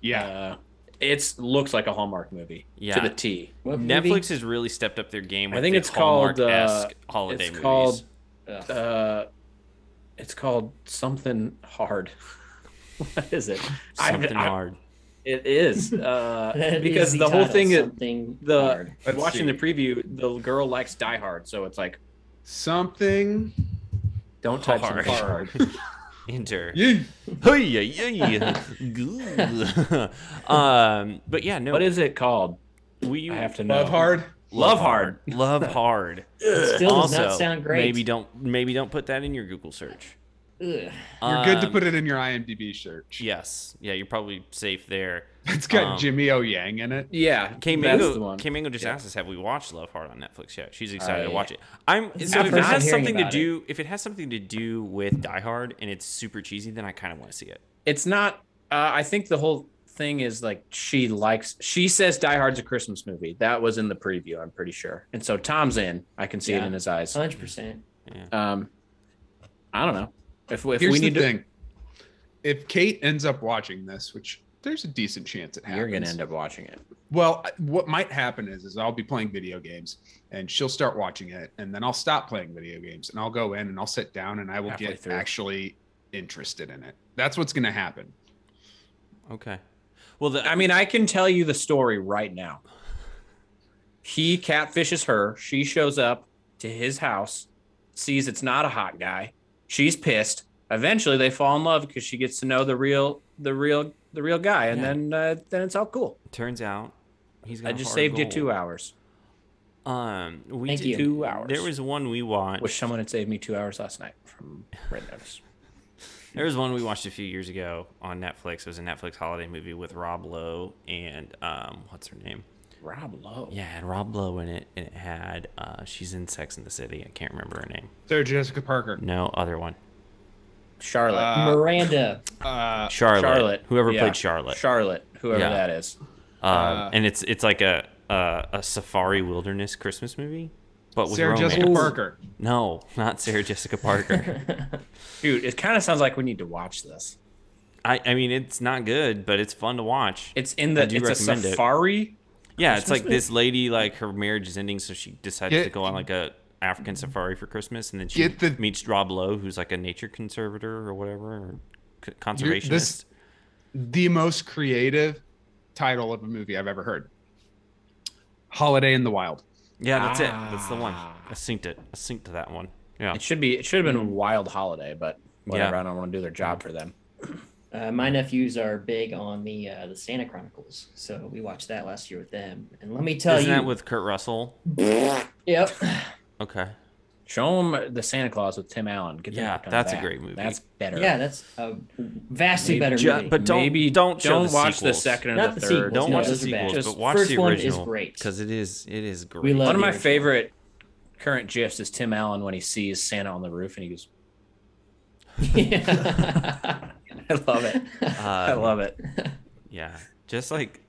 S2: yeah,
S4: Uh, it's looks like a Hallmark movie to
S1: Yeah.
S4: the T.
S3: What movie?
S1: Netflix has really stepped up their game.
S4: I
S1: With
S4: think
S1: the
S4: it's called, uh,
S1: Hallmark-esque holiday
S4: it's
S1: movies.
S4: called-
S3: Ugh.
S4: Uh, it's called something hard. what is it? I-
S1: something
S4: I-
S1: hard.
S4: It is uh,
S3: That
S4: because
S3: is
S4: the whole
S3: title,
S4: thing is
S3: something
S4: the
S3: hard.
S2: Let's
S4: watching
S2: see.
S4: the preview. The girl likes Die Hard, so it's like
S2: something.
S4: don't type
S1: Hard.
S4: hard. hard.
S1: Enter.
S2: Yeah.
S1: Hey, yeah, yeah, yeah. Good. um, but yeah, no.
S4: What is it called?
S1: we
S4: I have to know.
S2: Love hard.
S4: Love hard.
S1: Love hard.
S3: It still does
S1: also,
S3: not sound great.
S1: maybe don't maybe don't put that in your Google search.
S3: Ugh.
S2: You're good to
S1: Um,
S2: put it in your IMDb search.
S1: Yes. Yeah, you're probably safe there.
S2: It's got
S1: um,
S2: Jimmy O Yang in it.
S4: Yeah,
S1: K
S4: that's the
S1: Mango,
S4: one.
S1: K Mango just
S4: Yeah.
S1: asked us, "Have we watched Love Hard on Netflix yet?" She's excited to
S4: I-
S1: watch it. I'm
S3: This is
S1: so
S3: my
S1: if it
S3: first time
S1: has
S3: hearing
S1: something to
S3: about it.
S1: do, if it has something to do with Die Hard and it's super cheesy, then I kind of want to see it.
S4: it's not. Uh, I think the whole thing is like she likes. She says Die Hard's a Christmas movie. That was in the preview, I'm pretty sure. And so Tom's in. I can see
S3: Yeah.
S4: it in his eyes.
S3: Hundred percent.
S4: Um, I don't know if, if
S2: Here's
S4: we
S2: the
S4: need
S2: thing: if Kate ends up watching this, which there's a decent chance it
S4: to.
S2: happens,
S4: You're gonna end up watching it.
S2: Well, I- what might happen is, is I'll be playing video games, and she'll start watching it, and then I'll stop playing video games, and I'll go in and I'll sit down, and I will
S4: Halfway
S2: get
S4: through.
S2: actually interested in it. That's what's going to happen.
S1: Okay. Well, the,
S4: I mean, I can tell you the story right now. He catfishes her. She shows up to his house, sees it's not a hot guy. She's pissed. Eventually, they fall in love because she gets to know the real, the real, the real guy, and
S1: Yeah.
S4: then uh, then it's all cool.
S1: turns out he's got.
S4: I
S1: a
S4: just
S1: hard
S4: saved you
S1: goal.
S4: two hours.
S1: Um, we
S3: Thank
S1: did,
S3: you.
S4: Two hours.
S1: There was one we watched.
S4: Wish someone had saved me two hours last night from Red Notice.
S1: There was one we watched a few years ago on Netflix. It was a Netflix holiday movie with Rob Lowe and um, what's her name?
S4: Rob Lowe.
S1: Yeah, it had Rob Lowe in it, and it had uh, she's in Sex in the City. I can't remember her name.
S2: Sarah Jessica Parker,
S1: No other one.
S4: Charlotte.
S2: Uh,
S3: Miranda.
S2: uh,
S1: Charlotte.
S4: Charlotte.
S1: Whoever
S4: Yeah.
S1: played Charlotte.
S4: Charlotte. Whoever
S1: Yeah.
S4: that is.
S1: um,
S2: Uh,
S1: and it's it's like a a, a safari wilderness Christmas movie, but with
S2: Sarah
S1: romance.
S2: Jessica Parker.
S1: No, not Sarah Jessica Parker.
S4: Dude, it kind of sounds like we need to watch this.
S1: I I mean it's not good, but it's fun to watch.
S4: It's in the.
S1: I do
S4: It's a
S1: recommend it.
S4: safari.
S1: Yeah, it's like this lady, like her marriage is ending, so she decides
S2: Get-
S1: to go on like a African
S3: Mm-hmm.
S1: safari for Christmas, and then she
S2: Get the-
S1: meets Rob Lowe, who's like a nature conservator or whatever, or c-
S2: You're-
S1: conservationist.
S2: this- the most creative title of a movie I've ever heard. Holiday in the Wild.
S1: yeah, that's it. That's the one.
S4: Ah.
S1: I synced it. I synced to that one. Yeah.
S4: It should be. It should have been a wild holiday, but whatever.
S1: Oh. Mm. Yeah.
S4: I don't want to do their job for them.
S3: Uh, my nephews are big on the uh, the Santa Chronicles, so we watched that last year with them. And let me tell
S1: Isn't
S3: you,
S1: that with Kurt Russell?
S3: yep,
S1: Okay.
S4: Show them the Santa Claus with Tim Allen. Get them
S1: Yeah,
S4: back on
S1: that's a
S4: that.
S1: great movie.
S4: That's better.
S3: yeah, that's a vastly
S4: Maybe
S3: better
S1: Ju-
S3: movie.
S1: but don't
S4: Maybe
S1: don't
S4: don't
S1: show the
S4: watch the
S1: sequels.
S4: second
S3: Not
S4: and the
S3: the
S4: third.
S3: sequels,
S1: Don't
S3: no,
S1: watch the
S3: those are bad.
S1: sequels,
S4: Just
S1: but watch
S3: first
S1: the
S3: one is
S1: original.
S3: great.
S1: because it is it is great.
S3: love-
S4: One of my
S3: original.
S4: favorite current gifs is Tim Allen when he sees Santa on the roof and he goes,
S3: Yeah.
S4: "I love it.
S1: Um,
S4: I love it."
S1: Yeah, just like,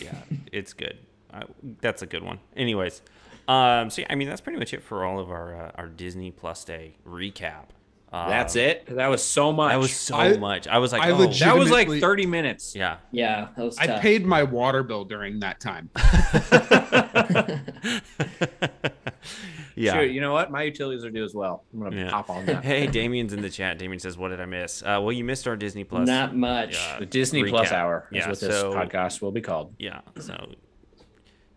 S1: yeah, it's good. I, that's a good one. Anyways, um, so yeah, I mean that's pretty much it for all of our uh, our Disney Plus Day recap. Um,
S4: That's it. That was so much.
S1: That was so
S2: I-
S1: much. I was like,
S2: I
S1: oh,
S2: legit-
S4: That was like
S2: Legitimately-
S4: thirty minutes.
S1: yeah.
S3: yeah, that was
S2: I
S3: tough.
S2: paid my water bill during that time.
S1: yeah.
S4: Shoot, you know what? My utilities are due as well. I'm gonna
S1: Yeah.
S4: pop on that.
S1: Hey, Damien's in the chat. Damien says, "What did I miss?" Uh, well, you missed our Disney Plus.
S3: Not much.
S1: Yeah.
S4: The Disney Plus
S1: Recap.
S4: Hour is
S1: Yeah,
S4: what this
S1: so-
S4: podcast will be called.
S1: yeah. So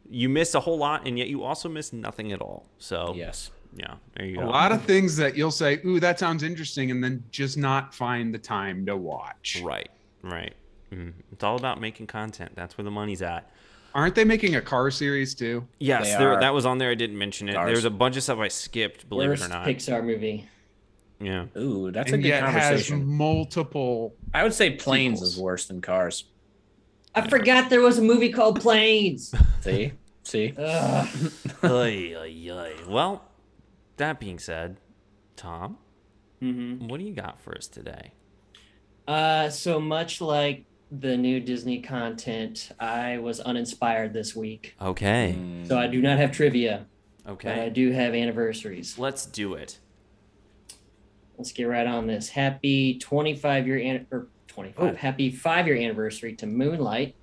S1: you missed a whole lot, and yet you also missed nothing at all. So
S4: Yes.
S1: yeah, there you
S2: A
S1: go.
S2: lot of things that you'll say, ooh, that sounds interesting, and then just not find the time to watch.
S1: Right, right. Mhm. It's all about making content. That's where the money's at.
S2: Aren't they making a car series too?
S1: Yes,
S4: They
S1: there,
S4: are.
S1: that was on there. I didn't mention it.
S4: Stars.
S1: There was a bunch of stuff I skipped, believe
S3: Worst
S1: it or not.
S3: Pixar movie.
S1: Yeah.
S4: Ooh, that's
S2: and
S4: a good
S2: yet has
S4: conversation.
S2: multiple.
S4: I would say planes
S2: sequels.
S4: is worse than cars.
S3: I forgot there was a movie called Planes.
S4: See, See,
S3: Ugh.
S1: Ay, ay, ay. Well, that being said, Tom,
S3: Mhm.
S1: what do you got for us today?
S3: Uh, so much like the new Disney content, I was uninspired this week.
S1: Okay.
S4: Mm,
S3: So I do not have trivia, but I
S1: Okay.
S3: do have anniversaries.
S1: Let's do it.
S3: Let's get right on this. Happy 25 year an- or 25.
S1: Oh.
S3: Happy five year anniversary to Moonlight.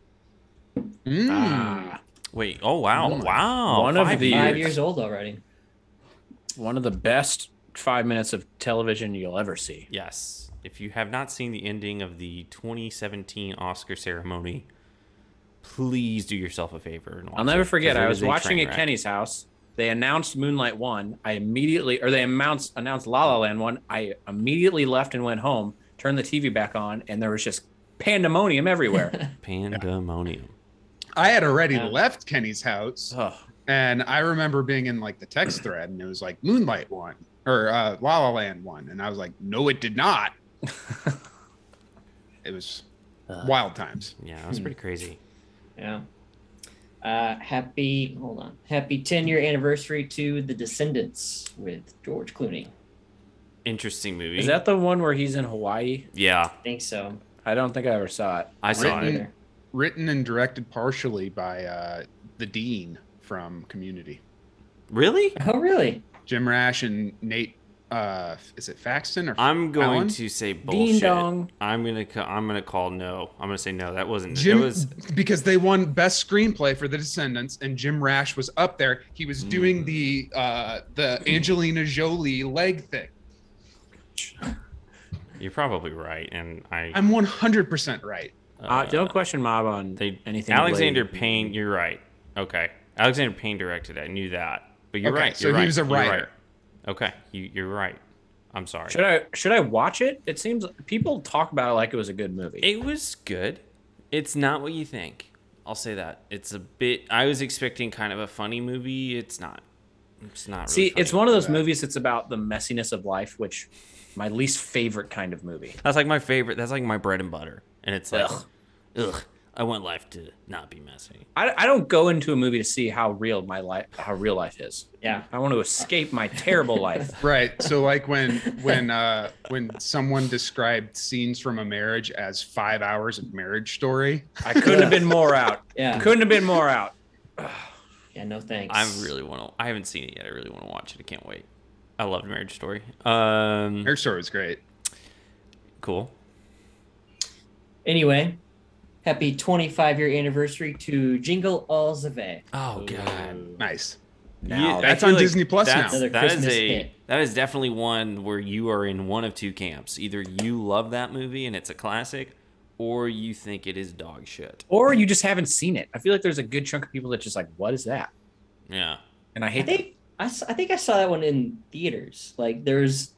S2: Mm.
S4: Ah,
S1: Wait. Oh wow.
S2: One.
S1: Wow.
S4: One of the-
S3: Five
S4: Years.
S3: years old already.
S2: hmm.
S4: one of the best five minutes of television you'll ever see.
S1: Yes. If you have not seen the ending of the 2017 Oscar ceremony, please do yourself a favor and watch
S4: I'll never
S1: it, 'cause
S4: forget.
S1: it
S4: I
S1: is
S4: was
S1: a
S4: watching
S1: train
S4: at
S1: wreck.
S4: Kenny's house. They announced Moonlight One. I immediately, or they announced announced La La Land One. I immediately left and went home. Turned the TV back on, and there was just pandemonium everywhere.
S1: Pandemonium.
S2: I had already
S3: Yeah.
S2: left Kenny's house,
S4: Ugh.
S2: and I remember being in like the text thread, and it was like Moonlight one or uh, La La Land one, and I was like, no, it did not. it was
S4: Uh.
S2: wild times.
S1: Yeah, that was pretty crazy.
S3: Yeah. Uh, happy, hold on. Happy 10 year anniversary to The Descendants with George Clooney.
S1: Interesting movie.
S4: Is that the one where he's in Hawaii?
S1: Yeah,
S3: I think so.
S4: I don't think I ever saw it.
S1: I saw
S2: Written-
S1: it.
S3: Either.
S2: Written and directed partially by uh, the dean from Community,
S1: Really?
S3: Oh, really?
S2: Jim Rash and Nate. Uh, is it Faxton or
S1: I'm going
S2: Alan?
S1: to say
S4: Ding
S1: bullshit.
S4: dong.
S1: I'm gonna ca- I'm gonna call no. I'm gonna say no. That wasn't. it.
S2: Jim
S1: That was
S2: because they won best screenplay for The Descendants, and Jim Rash was up there. He was doing
S1: Mm.
S2: the uh, the Angelina Jolie leg thing.
S1: You're probably right, and I.
S2: I'm 100% right.
S4: Uh, don't question Mob on
S1: They
S4: anything.
S1: Alexander
S4: related.
S1: Payne. You're right. Okay, Alexander Payne directed. it. I knew that, but you're
S2: Okay,
S1: right.
S2: so
S1: you're
S2: he
S1: right,
S2: was a
S1: you're right.
S2: writer.
S1: Okay, you you're right. I'm sorry.
S4: Should I should I watch it? It seems people talk about it like it was a good movie.
S1: It was good. It's not what you think. I'll say that. It's a bit. I was expecting kind of a funny movie. It's not. It's not. Really
S4: See, it's
S1: funny.
S4: one of those
S2: Yeah.
S4: movies that's about the messiness of life, which my least favorite kind of movie.
S1: That's like my favorite. That's like my bread and butter. And it's like, ugh,
S4: Ugh.
S1: I want life to not be messy.
S4: I, I don't go into a movie to see how real my life how real life is.
S3: Yeah.
S4: I want to escape my terrible life.
S2: Right. So like when when uh when someone described scenes from a marriage as 5 hours of marriage story.
S4: I couldn't have been more out.
S3: Yeah.
S4: Couldn't have been more out.
S3: Yeah, no thanks.
S1: I really want to. I haven't seen it yet. I really want to watch it. I can't wait. I loved Marriage Story. Um,
S2: Marriage story was great.
S1: cool.
S3: Anyway, happy 25 year anniversary to Jingle All the Way.
S1: Oh god.
S4: Ooh.
S2: Nice.
S4: Now
S1: Yeah,
S4: that-
S2: that's
S1: I feel
S2: on Disney Plus now.
S1: that's-
S3: Another
S1: That is
S3: Christmas
S1: a
S3: hit.
S1: that is definitely one where you are in one of two camps. Either you love that movie and it's a classic, or you think it is dog shit.
S4: or you just haven't seen it. I feel like there's a good chunk of people that just like, what is that?
S1: Yeah.
S4: And I
S3: I
S4: hate that.
S3: think I, s- I think I saw that one in theaters. Like there's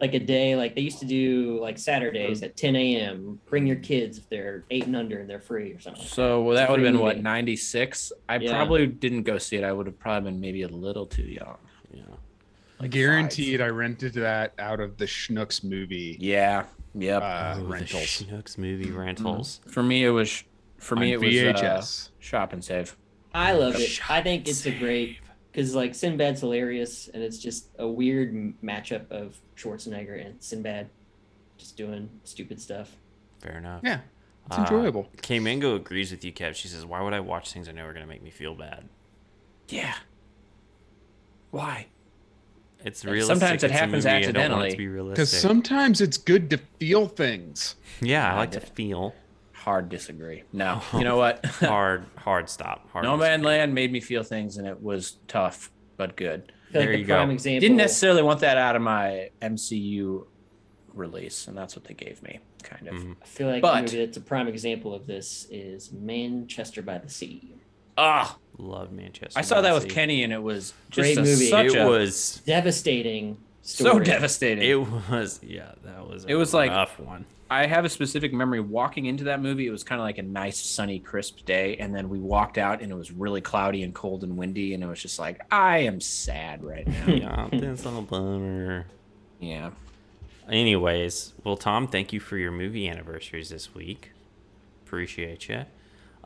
S3: like a day like they used to do like Saturdays
S1: Oh.
S3: at 10 a.m. Bring your kids if they're eight and under and they're free or something.
S4: So well, that would have
S3: Free
S4: been what
S3: movie.
S4: 96. I
S3: Yeah.
S4: probably didn't go see it. I would have probably been maybe a little too young.
S1: Yeah.
S4: Like
S2: Guaranteed I rented that out of the Schnooks movie
S4: five. Yeah. Yep.
S2: uh
S1: Oh, the
S2: rentals.
S1: Schnooks movie rentals.
S4: for me it was for me it
S2: on
S4: was uh,
S2: VHS.
S4: shop and save.
S3: I love it.
S1: Shut
S3: I think it's a great because like Sinbad's hilarious and it's just a weird m- matchup of Schwarzenegger and Sinbad just doing stupid stuff.
S1: Fair enough.
S2: yeah. It's
S1: Uh,
S2: enjoyable.
S1: K Mango agrees with you, Kev. She says, "Why would I watch things I know are going to make me feel bad?"
S4: Yeah. Why?
S1: It's
S4: Yeah,
S1: realistic.
S4: sometimes it
S1: It's a
S4: happens
S1: movie. I don't want it
S4: accidentally.
S1: to be realistic.
S2: Cuz sometimes it's good to feel things.
S1: yeah, I
S4: I
S1: like to
S4: did.
S1: feel
S4: Hard disagree. No. You know what?
S1: hard, hard stop. Hard
S4: no Man Land made me feel things and it was tough but good.
S3: I feel
S1: There
S3: like
S1: you
S3: the
S1: go.
S3: prime example.
S4: Didn't necessarily want that out of my MCU release and that's what they gave me kind of.
S1: Mhm.
S3: I feel like
S4: but-
S3: the movie that's a prime example of this is Manchester by the Sea.
S4: Ah,
S1: Love Manchester.
S4: I saw
S1: by
S4: that
S1: the
S4: with
S1: Sea.
S4: Kenny and it was just
S3: Great
S4: a-
S3: movie.
S4: such
S1: It
S4: a
S1: was.
S3: Devastating story.
S4: so devastating.
S1: It was. Yeah, that was. A
S4: It was like-
S1: rough one.
S4: I have a specific memory walking into that movie. It was kind of like a nice, sunny, crisp day. And then we walked out and it was really cloudy and cold and windy. And it was just like, I am sad right
S3: Hmm.
S4: now.
S1: yeah, that's a bummer.
S4: yeah.
S1: Anyways, well, Tom, thank you for your movie anniversaries this week. Appreciate you.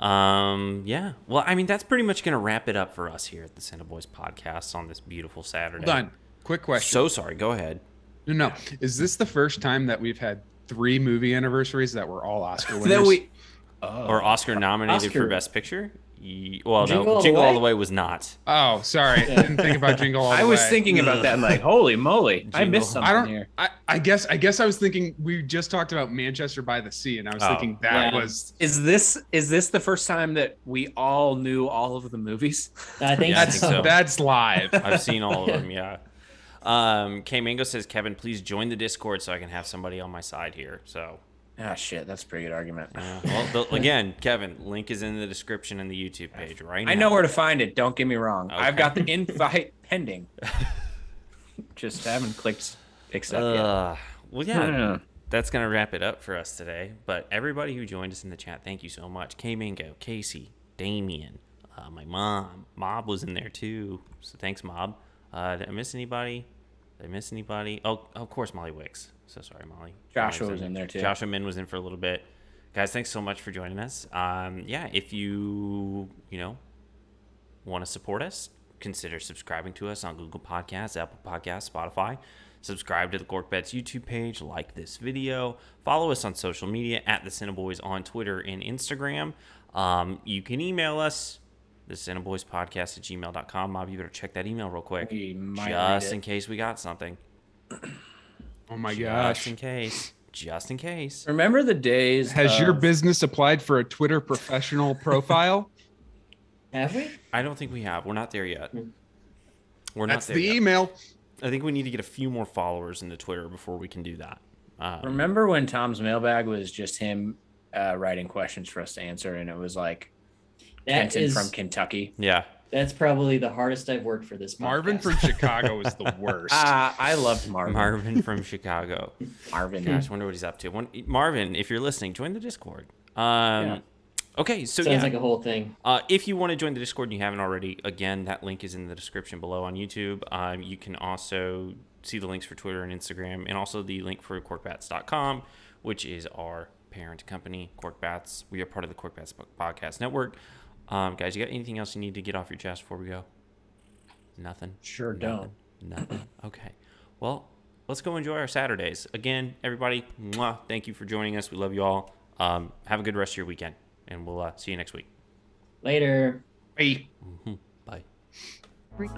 S1: Um, yeah. Well, I mean, that's pretty much going to wrap it up for us here at the Cineboys podcast on this beautiful Saturday.
S2: Hold on. Quick question.
S1: So sorry. Go ahead.
S2: no, no. Is this the first time that we've had three movie anniversaries that were all Oscar winners?
S4: Then we.
S1: Or Oscar nominated
S3: Oh. Oscar.
S1: for Best Picture? Ye- Well,
S3: Jingle
S1: no,
S3: All the
S1: Jingle All the
S3: Way?
S1: Way was not.
S2: Oh, sorry. Didn't think about Jingle All the
S4: I was
S2: Way.
S4: thinking about that. Like, holy moly, I
S1: Jingle.
S4: missed something
S2: I don't.
S4: here.
S2: I, I guess. I guess I was thinking. We just talked about Manchester by the Sea, and I was
S1: Oh.
S2: thinking that
S3: Yeah.
S2: was.
S4: Is this is this the first time that we all knew all of the movies?
S3: I think
S1: Yeah, I
S2: That's
S1: think so.
S2: that's live.
S1: I've seen all of them. Yeah. Um, K Mango says, Kevin, please join the Discord so I can have somebody on my side here. So,
S4: Ah, shit, that's a pretty good argument.
S1: yeah. Uh, well, the, again, Kevin, link is in the description in the YouTube page right now.
S4: I know where to find it. Don't get me wrong. I've
S1: Okay.
S4: got the invite pending. Just haven't clicked accept yet.
S1: Uh, well, yeah.
S4: Mm.
S1: that's going to wrap it up for us today. But everybody who joined us in the chat, thank you so much. K Mango, Casey, Damien, uh, my mom. Mob was in there too. So thanks, Mob. Uh, did I miss anybody? Did I miss anybody? Oh, of course, Molly Wicks. So sorry, Molly.
S4: Joshua
S1: Molly
S4: was in there, too.
S1: Joshua Min was in for a little bit. Guys, thanks so much for joining us. Um, yeah, if you, you know, want to support us, consider subscribing to us on Google Podcasts, Apple Podcasts, Spotify. Subscribe to the Gork Bets YouTube page, like this video, follow us on social media at the Cineboys on Twitter and Instagram. Um, you can email us, the Cineboys Podcast at gmail.com. Mob, you better check that email real quick.
S4: We might read
S1: Just
S4: it.
S1: in case we got something.
S2: Oh my
S1: Just
S2: gosh.
S1: in case. Just in case.
S4: Remember the days.
S2: Has
S4: of-
S2: your business applied for a Twitter professional profile?
S3: Have we?
S1: I don't think we have. We're not there yet. We're
S2: That's
S1: not there
S2: the
S1: yet.
S2: email.
S1: I think we need to get a few more followers into Twitter before we can do that. Um,
S4: Remember when Tom's mailbag was just him uh, writing questions for us to answer, and it was like
S3: That
S4: Kenton
S3: is
S4: from Kentucky.
S1: yeah.
S3: that's probably the hardest I've worked for this. Podcast.
S2: Marvin from Chicago is the worst.
S4: Ah, I loved Marvin.
S1: Marvin from Chicago.
S4: Marvin.
S1: Gosh, wonder what he's up to. One, Marvin, if you're listening, join the Discord. Um,
S4: Yeah.
S1: Okay, so
S3: sounds
S1: yeah,
S3: like a whole thing.
S1: uh, if you want to join the Discord and you haven't already, again, that link is in the description below on YouTube. Um, you can also see the links for Twitter and Instagram, and also the link for corkbats.com, which is our parent company, Corkbats. We are part of the Corkbats Po- Podcast Network. Um, guys, you got anything else you need to get off your chest before we go? Nothing.
S4: Sure don't.
S1: Nothing. Okay. Well, let's go enjoy our Saturdays. Again, everybody, mwah, thank you for joining us. We love you all. Um, have a good rest of your weekend, and we'll uh, see you next week.
S3: Later.
S2: Hey.
S1: Bye.
S5: Rick.